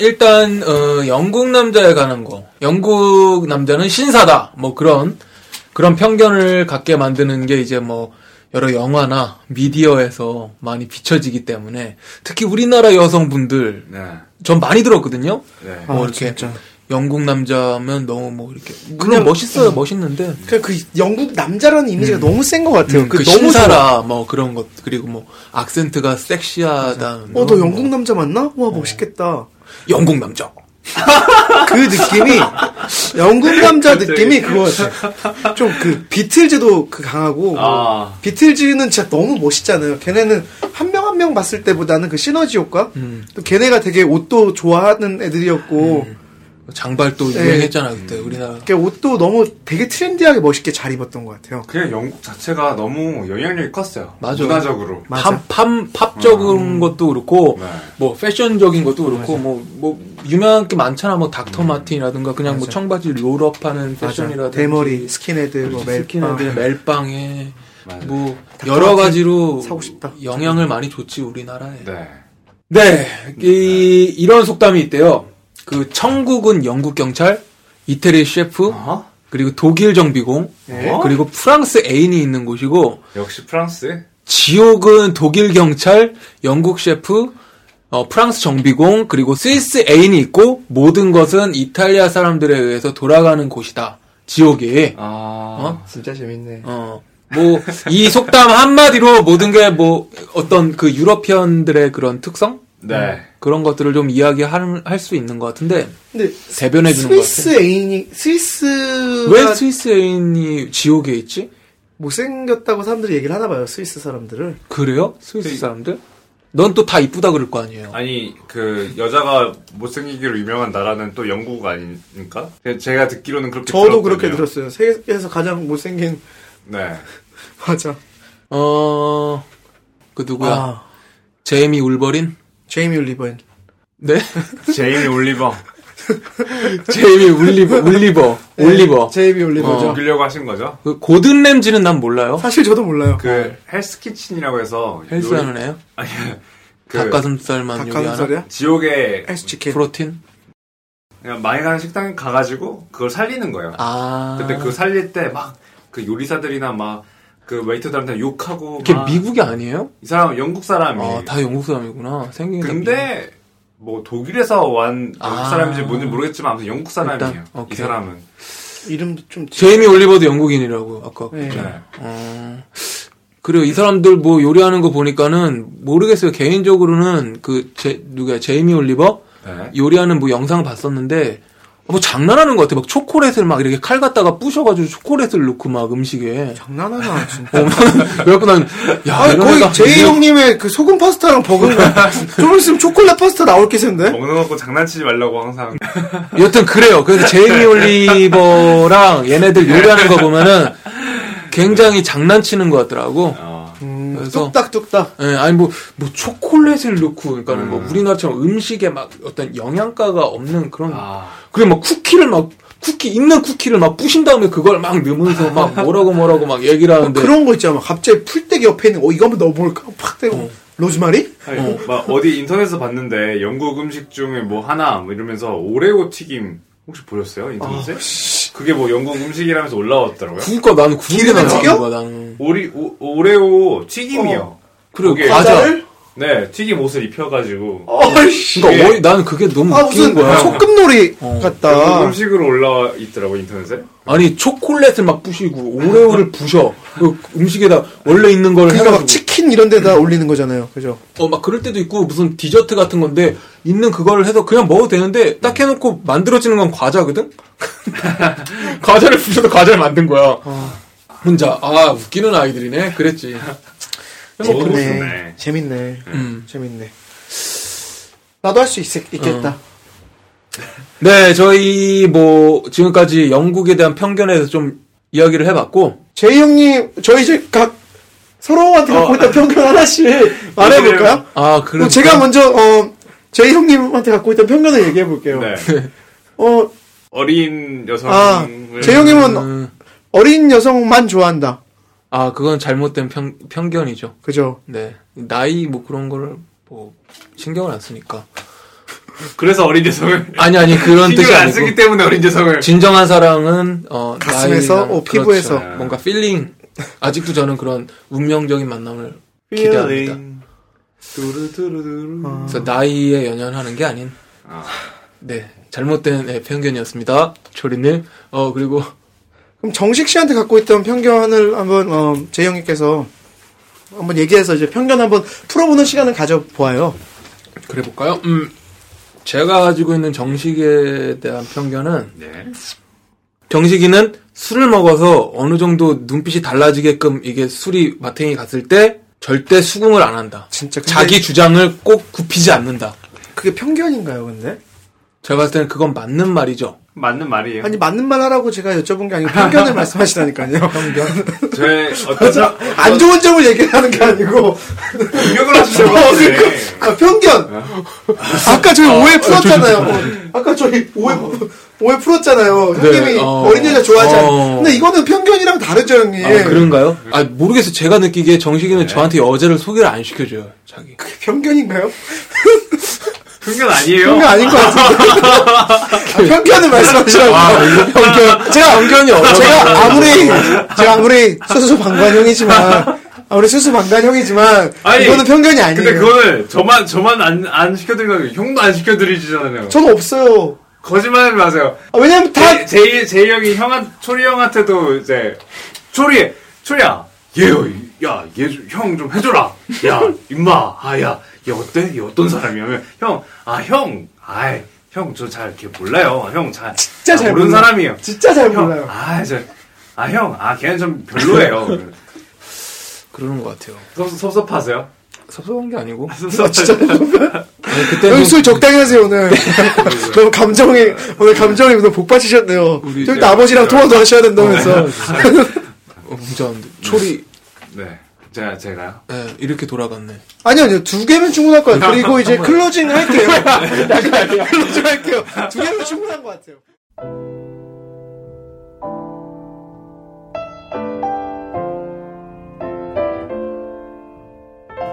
[SPEAKER 2] 일단 어, 영국 남자에 관한 거. 영국 남자는 신사다. 뭐 그런 그런 편견을 갖게 만드는 게 이제 뭐 여러 영화나 미디어에서 많이 비춰지기 때문에 특히 우리나라 여성분들
[SPEAKER 4] 네.
[SPEAKER 2] 전 많이 들었거든요.
[SPEAKER 4] 네.
[SPEAKER 2] 뭐
[SPEAKER 3] 아,
[SPEAKER 2] 이렇게
[SPEAKER 3] 진짜.
[SPEAKER 2] 영국 남자면 너무 뭐 이렇게 물론
[SPEAKER 3] 음.
[SPEAKER 2] 멋있어요. 멋있는데
[SPEAKER 3] 그냥 그 영국 남자라는 이미지가 너무 센 것 같아요.
[SPEAKER 2] 그
[SPEAKER 3] 그 너무 좋아.
[SPEAKER 2] 신사라 뭐 그런 것 그리고 뭐 악센트가 섹시하다. 뭐 네.
[SPEAKER 3] 어, 너 영국 남자 맞나? 와, 멋있겠다.
[SPEAKER 2] 영국 남자.
[SPEAKER 3] 그 느낌이 연금 감자 느낌이 그거 같아. 좀 그 비틀즈도 그 강하고
[SPEAKER 4] 아.
[SPEAKER 3] 비틀즈는 진짜 너무 멋있잖아요. 걔네는 한 명 한 명 봤을 때보다는 그 시너지 효과.
[SPEAKER 2] 음.
[SPEAKER 3] 또 걔네가 되게 옷도 좋아하는 애들이었고
[SPEAKER 2] 음. 장발도
[SPEAKER 3] 네.
[SPEAKER 2] 유행했잖아 그때 우리나라.
[SPEAKER 3] 걔 옷도 너무 되게 트렌디하게 멋있게 잘 입었던 것 같아요.
[SPEAKER 4] 그냥 영국 자체가 너무 영향력이 컸어요.
[SPEAKER 2] 맞아.
[SPEAKER 4] 문화적으로.
[SPEAKER 3] 맞아. 음.
[SPEAKER 2] 팝, 팝, 팝적인 것도 그렇고,
[SPEAKER 4] 네.
[SPEAKER 2] 뭐, 패션적인 것도 그렇고, 뭐, 뭐, 유명한 게 많잖아. 뭐,
[SPEAKER 3] 음.
[SPEAKER 2] 닥터 마틴이라든가, 그냥 뭐, 청바지 롤업하는 패션이라든가.
[SPEAKER 3] 대머리, 스킨헤드, 뭐 멜빵.
[SPEAKER 2] 스킨헤드, 멜빵에,
[SPEAKER 4] 맞아요.
[SPEAKER 2] 뭐, 여러 가지로
[SPEAKER 3] 사고 싶다.
[SPEAKER 2] 영향을 많이 줬지, 우리나라에. 네.
[SPEAKER 4] 네.
[SPEAKER 2] 이, 이런 속담이 있대요. 그, 청국은 영국 경찰, 이태리 셰프,
[SPEAKER 4] 어허?
[SPEAKER 2] 그리고 독일 정비공,
[SPEAKER 4] 네.
[SPEAKER 2] 그리고 프랑스 애인이 있는 곳이고,
[SPEAKER 4] 역시 프랑스.
[SPEAKER 2] 지옥은 독일 경찰, 영국 셰프, 어, 프랑스 정비공, 그리고 스위스 애인이 있고, 모든 것은 이탈리아 사람들에 의해서 돌아가는 곳이다. 지옥이.
[SPEAKER 4] 아.
[SPEAKER 2] 어?
[SPEAKER 3] 진짜 재밌네.
[SPEAKER 2] 어. 뭐, 이 속담 한마디로 모든 게 뭐, 어떤 그 유러피언들의 그런 특성?
[SPEAKER 4] 네.
[SPEAKER 2] 그런 것들을 좀 이야기할 수 있는 것 같은데,
[SPEAKER 3] 근데
[SPEAKER 2] 대변해주는 것 같아.
[SPEAKER 3] 스위스 애인이 스위스가
[SPEAKER 2] 왜 스위스 애인이 지옥에 있지?
[SPEAKER 3] 못생겼다고 사람들이 얘기를 하나 봐요. 스위스 사람들을.
[SPEAKER 2] 그래요? 스위스
[SPEAKER 4] 그-
[SPEAKER 2] 사람들? 넌 또 다 이쁘다 그럴 거 아니에요?
[SPEAKER 4] 아니 그 여자가 못생기기로 유명한 나라는 또 영국 아닙니까? 제가 듣기로는 그렇게
[SPEAKER 3] 저도 그렇게
[SPEAKER 4] 들었거든요.
[SPEAKER 3] 들었어요. 세계에서 가장 못생긴
[SPEAKER 4] 네.
[SPEAKER 3] 맞아.
[SPEAKER 2] 어, 그 누구야?
[SPEAKER 3] 아.
[SPEAKER 2] 제이미 울버린?
[SPEAKER 3] 제이미 올리버인.
[SPEAKER 2] 네?
[SPEAKER 4] 제이미 올리버
[SPEAKER 2] 제이미 울리버, 울리버, 네,
[SPEAKER 3] 네.
[SPEAKER 2] 올리버.
[SPEAKER 3] 제이미
[SPEAKER 2] 어.
[SPEAKER 3] 올리버죠.
[SPEAKER 4] 죽이려고 하신 거죠?
[SPEAKER 2] 그 고든 램지는 난 몰라요.
[SPEAKER 3] 사실 저도 몰라요.
[SPEAKER 4] 그 헬스 키친이라고 해서
[SPEAKER 2] 어. 헬스하는
[SPEAKER 4] 요리-
[SPEAKER 2] 애요?
[SPEAKER 4] 아니 그
[SPEAKER 2] 닭가슴살만 요리하는
[SPEAKER 3] 닭가슴살이야?
[SPEAKER 4] 지옥에
[SPEAKER 3] 헬스치킨.
[SPEAKER 2] 프로틴?
[SPEAKER 4] 그냥 많이 가는 식당에 가가지고 그걸 살리는 거예요.
[SPEAKER 2] 아.
[SPEAKER 4] 근데 그 살릴 때 막 그 요리사들이나 막 그 웨이터들한테 욕하고
[SPEAKER 2] 그게
[SPEAKER 3] 아.
[SPEAKER 4] 막-
[SPEAKER 2] 미국이 아니에요?
[SPEAKER 4] 이 사람 은 영국 사람이
[SPEAKER 2] 아, 다 영국 사람이구나. 생긴 게. 다 미국.
[SPEAKER 4] 근데 뭐 독일에서 온 영국
[SPEAKER 2] 아.
[SPEAKER 4] 사람인지 뭔지 모르겠지만 아무튼 영국 사람이에요.
[SPEAKER 2] 일단, 오케이.
[SPEAKER 4] 이 사람은.
[SPEAKER 3] 이름도 좀
[SPEAKER 2] 제이미 올리버도 영국인이라고, 아까.
[SPEAKER 3] 네.
[SPEAKER 4] 네.
[SPEAKER 2] 어. 그래요. 이 사람들 뭐 요리하는 거 보니까는 모르겠어요. 개인적으로는 그, 제, 누구야, 제이미 올리버?
[SPEAKER 4] 네.
[SPEAKER 2] 요리하는 뭐 영상을 봤었는데 뭐 장난하는 것 같아. 막 초콜릿을 막 이렇게 칼 갖다가 부셔가지고 초콜릿을 넣고 막 음식에.
[SPEAKER 3] 장난하나 진짜.
[SPEAKER 2] 어, 그래갖고 난, 야,
[SPEAKER 3] 아니
[SPEAKER 2] 이런
[SPEAKER 3] 거의
[SPEAKER 2] 애가
[SPEAKER 3] 제이
[SPEAKER 2] 이런-
[SPEAKER 3] 형님의 그 소금 파스타랑 버금가 좀 있으면 초콜릿 파스타 나올 기세인데
[SPEAKER 4] 먹는 거 갖고 장난치지 말라고
[SPEAKER 2] 음.
[SPEAKER 4] 항상.
[SPEAKER 2] 여튼 그래요. 그래서 제이미 올리버랑 얘네들
[SPEAKER 3] 예.
[SPEAKER 2] 요리하는 거 보면은 굉장히 장난치는 것 같더라고.
[SPEAKER 4] 어.
[SPEAKER 3] 음,
[SPEAKER 2] 그래서-
[SPEAKER 3] 뚝딱뚝딱
[SPEAKER 2] 예, 아니 뭐, 뭐 초콜릿을 넣고, 그러니까는
[SPEAKER 3] 음.
[SPEAKER 2] 뭐 우리나라처럼 음식에 막 어떤 영양가가 없는 그런
[SPEAKER 4] 아.
[SPEAKER 2] 그리고 막 쿠키를 막 쿠키 있는 쿠키를 막 부신 다음에 그걸 막 넣으면서 막 뭐라고 뭐라고 막 얘기를 하는데
[SPEAKER 3] 그런 거 있잖아 갑자기 풀떼기 옆에 있는 거 이거 한번 넣어볼까 팍 대고 로즈마리?
[SPEAKER 4] 아니, 뭐, 막 어디 인터넷에서 봤는데 영국 음식 중에 뭐 하나 뭐 이러면서 오레오 튀김 혹시 보셨어요 인터넷에? 그게 뭐 영국 음식이라면서 올라왔더라고요.
[SPEAKER 2] 그니까 나는 아, 구분이
[SPEAKER 3] 기름에
[SPEAKER 2] 안
[SPEAKER 3] 튀겨?
[SPEAKER 2] 가는 거야 나는
[SPEAKER 4] 오리 오, 오레오 튀김이요.
[SPEAKER 2] 어. 그리고
[SPEAKER 4] 그게
[SPEAKER 2] 과자
[SPEAKER 3] 과자를?
[SPEAKER 4] 네 튀김 옷을 입혀가지고
[SPEAKER 3] 아이씨
[SPEAKER 2] 그러니까
[SPEAKER 4] 그게-
[SPEAKER 2] 어이, 나는 그게 너무
[SPEAKER 3] 아
[SPEAKER 2] 웃긴
[SPEAKER 3] 무슨
[SPEAKER 2] 거야 어.
[SPEAKER 3] 소금놀이
[SPEAKER 2] 아.
[SPEAKER 4] 영국
[SPEAKER 3] 같다
[SPEAKER 4] 음식으로 올라와 있더라고 인터넷에.
[SPEAKER 2] 아니 초콜릿을 막 부시고 오레오를 부셔 그 음식에다 원래 있는 걸
[SPEAKER 3] 그러니까 막
[SPEAKER 2] 해가지고
[SPEAKER 3] 치킨 이런 데다 올리는 거잖아요 그죠?
[SPEAKER 2] 어, 막 그럴 때도 있고 무슨 디저트 같은 건데 있는 그걸 해서 그냥 먹어도 되는데 딱 해놓고 만들어지는 건 과자거든? 과자를 부셔도 과자를 만든 거야. 혼자. 아, 웃기는 아이들이네. 그랬지. 그래서
[SPEAKER 4] 먹어보고
[SPEAKER 2] 그래.
[SPEAKER 4] 싶네.
[SPEAKER 3] 재밌네. 재밌네.
[SPEAKER 2] 음.
[SPEAKER 3] 재밌네. 나도 할 수 있겠다.
[SPEAKER 2] 네, 저희 뭐 지금까지 영국에 대한 편견에 대해서 좀 이야기를 해봤고
[SPEAKER 3] 제이 형님, 저희 이제 각 서로한테 갖고 있던 편견 하나씩 말해볼까요?
[SPEAKER 2] 아,
[SPEAKER 3] 그럼
[SPEAKER 2] 그래.
[SPEAKER 3] 제가 먼저 어, 제이 형님한테 갖고 있던 편견을 얘기해볼게요.
[SPEAKER 4] 네.
[SPEAKER 3] 어,
[SPEAKER 4] 어린 여성을
[SPEAKER 3] 아, 제이 형님은 어린 여성만 좋아한다.
[SPEAKER 2] 아, 그건 잘못된 편, 편견이죠.
[SPEAKER 3] 그죠?
[SPEAKER 2] 네. 나이 뭐 그런 거를 뭐 신경을 안 쓰니까.
[SPEAKER 4] 그래서 어린 여성을
[SPEAKER 2] 아니 아니 그런 뜻이
[SPEAKER 4] 신경을 안
[SPEAKER 2] 아니고
[SPEAKER 4] 쓰기 때문에 어린 여성을
[SPEAKER 2] 진정한 사랑은 어,
[SPEAKER 3] 가슴에서,
[SPEAKER 2] 나이랑-
[SPEAKER 3] 어, 피부에서.
[SPEAKER 2] 그렇죠. 뭔가 필링 아직도 저는 그런 운명적인 만남을 기대합니다.
[SPEAKER 4] 두루두루두루.
[SPEAKER 2] 그래서 나이에 연연하는 게 아닌
[SPEAKER 4] 아.
[SPEAKER 2] 네 잘못된 네, 편견이었습니다. 조리님 어 그리고
[SPEAKER 3] 그럼 정식 씨한테 갖고 있던 편견을 한번 어, 제이 형님께서 한번 얘기해서 이제 편견 한번 풀어보는 시간을 가져보아요.
[SPEAKER 2] 그래 볼까요? 음 제가 가지고 있는 정식에 대한 편견은
[SPEAKER 4] 네.
[SPEAKER 2] 정식이는 술을 먹어서 어느 정도 눈빛이 달라지게끔 이게 술이 마탱이 갔을 때 절대 수긍을 안 한다.
[SPEAKER 3] 진짜 근데-
[SPEAKER 2] 자기 주장을 꼭 굽히지 않는다.
[SPEAKER 3] 그게 편견인가요, 근데?
[SPEAKER 2] 제가 봤을 때는 그건 맞는 말이죠.
[SPEAKER 4] 맞는 말이에요.
[SPEAKER 3] 아니 맞는 말 하라고 제가 여쭤본 게 아니고 편견을 말씀하시다니까요. 편견.
[SPEAKER 4] 저의 어떤 사-
[SPEAKER 2] 아,
[SPEAKER 3] 안 좋은 점을 얘기하는 게 아니고
[SPEAKER 4] 공격을
[SPEAKER 2] 네.
[SPEAKER 4] 하시려고
[SPEAKER 3] 어,
[SPEAKER 4] 하는데.
[SPEAKER 3] 그- 아, 편견. 아까 저희 오해 풀었잖아요. 아까 저희 오해 오해 풀었잖아요.
[SPEAKER 2] 네,
[SPEAKER 3] 형님이
[SPEAKER 2] 어.
[SPEAKER 3] 어. 린 여자 좋아하지 않.
[SPEAKER 2] 어.
[SPEAKER 3] 근데 이거는 편견이랑 다르죠, 형님.
[SPEAKER 2] 아, 그런가요? 아, 모르겠어요. 제가 느끼기에 정식이는 저한테 여자를 소개를 안 시켜줘요, 자기.
[SPEAKER 3] 그게 편견인가요?
[SPEAKER 4] 편견 아니에요.
[SPEAKER 3] 편견 아닌 것 같은데. 아, 편견을 말씀하시라고.
[SPEAKER 2] 편견.
[SPEAKER 3] 제가
[SPEAKER 2] 편견이 어려워요.
[SPEAKER 3] 제가 아무리 제가 아무리 수수방관 형이지만 아무리 수수방관 형이지만
[SPEAKER 4] 아니,
[SPEAKER 3] 이거는 편견이 아니에요.
[SPEAKER 4] 근데 그거는 저만 저만 안, 안 시켜드리고 형도 안 시켜드리잖아요.
[SPEAKER 3] 저는 없어요.
[SPEAKER 4] 거짓말하지 마세요.
[SPEAKER 3] 아, 왜냐면 다
[SPEAKER 4] 제- 제이 제이 형이 형한 초리 형한테도 이제 초리 초리야 얘야얘형 좀 해줘라 야 임마 아야 얘 어때 얘 어떤 사람이야 형아형 아이 형 저 잘 이렇게 몰라요 형잘 아,
[SPEAKER 3] 진짜 잘
[SPEAKER 4] 모르는
[SPEAKER 3] 몰라요.
[SPEAKER 4] 사람이에요 아,
[SPEAKER 3] 진짜 잘 몰라요.
[SPEAKER 4] 형아저아형아 걔는 좀 별로예요
[SPEAKER 2] 그러는 것 같아요.
[SPEAKER 4] 섭, 섭섭하세요
[SPEAKER 2] 섭섭한 게 아니고.
[SPEAKER 4] 섭섭
[SPEAKER 2] 아니,
[SPEAKER 3] 형님
[SPEAKER 2] 네, 그때는
[SPEAKER 3] 술 적당히 하세요 오늘 너무 감정이 오늘 감정이 너무 복받치셨네요
[SPEAKER 2] 우리
[SPEAKER 3] 좀
[SPEAKER 2] 이제-
[SPEAKER 3] 이따 아버지랑 통화도 하셔야 된다면서
[SPEAKER 2] 어, 문제한데 초리
[SPEAKER 4] 네 제가 제가요
[SPEAKER 2] 네, 이렇게 돌아갔네.
[SPEAKER 3] 아니요 아니요 두 개면 충분할 것 같아요 그리고 이제 클로징 할게요 클로징 할게요 두 개면 충분한 것 같아요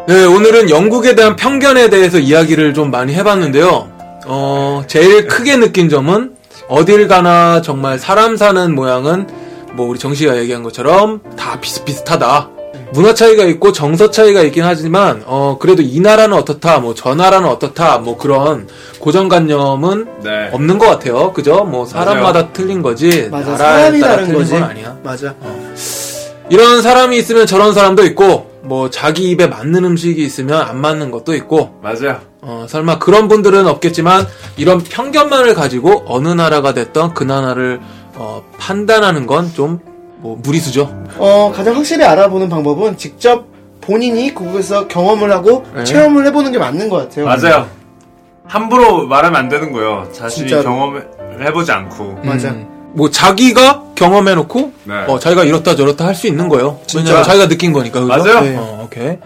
[SPEAKER 2] 네, 오늘은 영국에 대한 편견에 대해서 이야기를 좀 많이 해봤는데요. 어, 제일 크게 느낀 점은 어딜 가나 정말 사람 사는 모양은 뭐 우리 정씨가 얘기한 것처럼 다 비슷비슷하다. 문화 차이가 있고 정서 차이가 있긴 하지만 어 그래도 이 나라는 어떻다 뭐 저 나라는 어떻다 뭐 그런 고정관념은
[SPEAKER 4] 네
[SPEAKER 2] 없는 것 같아요 그죠 뭐 사람마다 틀린 거지
[SPEAKER 3] 맞아
[SPEAKER 2] 나라에
[SPEAKER 3] 사람이
[SPEAKER 2] 따라
[SPEAKER 3] 다른
[SPEAKER 2] 틀린
[SPEAKER 3] 거지
[SPEAKER 2] 건 아니야
[SPEAKER 3] 맞아
[SPEAKER 2] 이런 사람이 있으면 저런 사람도 있고 뭐 자기 입에 맞는 음식이 있으면 안 맞는 것도 있고
[SPEAKER 4] 맞아요
[SPEAKER 2] 어, 설마 그런 분들은 없겠지만 이런 편견만을 가지고 어느 나라가 됐던 그 나라를 어, 판단하는 건 좀 뭐 무리수죠.
[SPEAKER 3] 어 가장 확실히 알아보는 방법은 직접 본인이 그곳에서 경험을 하고
[SPEAKER 2] 네.
[SPEAKER 3] 체험을 해보는 게 맞는 것 같아요
[SPEAKER 4] 맞아요. 함부로 말하면 안 되는 거예요. 자신이
[SPEAKER 3] 진짜로.
[SPEAKER 4] 경험을 해보지 않고.
[SPEAKER 3] 맞아.
[SPEAKER 2] 음, 뭐 자기가 경험해놓고
[SPEAKER 4] 네.
[SPEAKER 2] 어, 자기가 이렇다 저렇다 할 수 있는 거예요. 왜냐면 자기가 느낀 거니까. 그죠?
[SPEAKER 4] 맞아요.
[SPEAKER 3] 네.
[SPEAKER 2] 어, 오케이.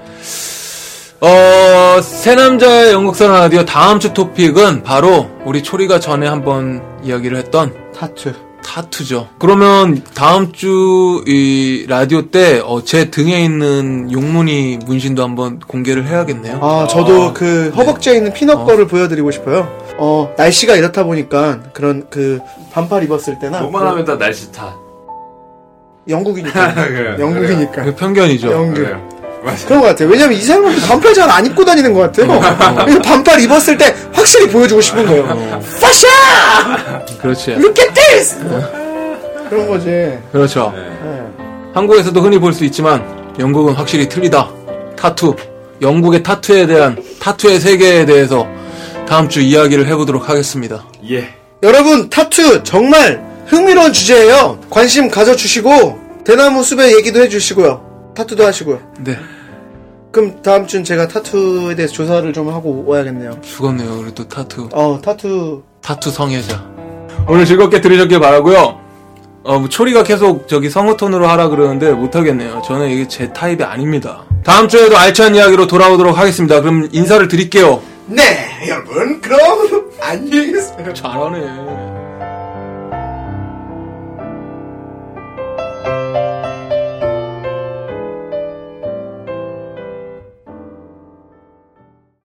[SPEAKER 2] 어, 새 남자의 영국사랑 라디오 다음 주 토픽은 바로 우리 초리가 전에 한번 이야기를 했던
[SPEAKER 3] 타투
[SPEAKER 2] 타투죠. 그러면 다음 주 이 라디오 때 어, 제 등에 있는 용문이 문신도 한번 공개를 해야겠네요.
[SPEAKER 3] 아, 저도 그 허벅지에 있는 핀업 거를 보여드리고 싶어요. 어, 날씨가 이렇다 보니까 그런 그 반팔 입었을 때나
[SPEAKER 4] 목만 하면 다 날씨 탓.
[SPEAKER 3] 그 영국이니까.
[SPEAKER 4] 그래요.
[SPEAKER 3] 영국이니까.
[SPEAKER 2] 그 편견이죠.
[SPEAKER 3] 영국.
[SPEAKER 4] 그래요. 맞아요.
[SPEAKER 3] 그런 것 같아요. 왜냐면 이 사람은 반팔 잘 안 입고 다니는 것 같아요. 그래서 반팔 입었을 때 확실히 보여주고 싶은 거예요. 파샤!
[SPEAKER 2] 그렇지.
[SPEAKER 3] Look at this! 그런 거지. 네.
[SPEAKER 2] 그렇죠. 한국에서도 흔히 볼 수 있지만 영국은 확실히 틀리다. 타투. 영국의 타투에 대한 타투의 세계에 대해서 다음 주 이야기를 해보도록 하겠습니다.
[SPEAKER 4] 예.
[SPEAKER 3] 여러분, 타투 정말 흥미로운 주제예요. 관심 가져주시고, 대나무 숲의 얘기도 해주시고요. 타투도 하시고요.
[SPEAKER 2] 네.
[SPEAKER 3] 그럼 다음 주는 제가 타투에 대해서 조사를 좀 하고 와야겠네요.
[SPEAKER 2] 죽었네요. 우리 또 타투.
[SPEAKER 3] 어, 타투.
[SPEAKER 2] 타투 성애자. 오늘 즐겁게 들으셨길 바라고요. 어, 뭐 초리가 계속 저기 성우톤으로 하라 그러는데 못하겠네요. 저는 이게 제 타입이 아닙니다. 다음 주에도 알찬 이야기로 돌아오도록 하겠습니다. 그럼 인사를 드릴게요.
[SPEAKER 3] 네, 여러분. 그럼, 안녕히 계세요.
[SPEAKER 2] 잘하네.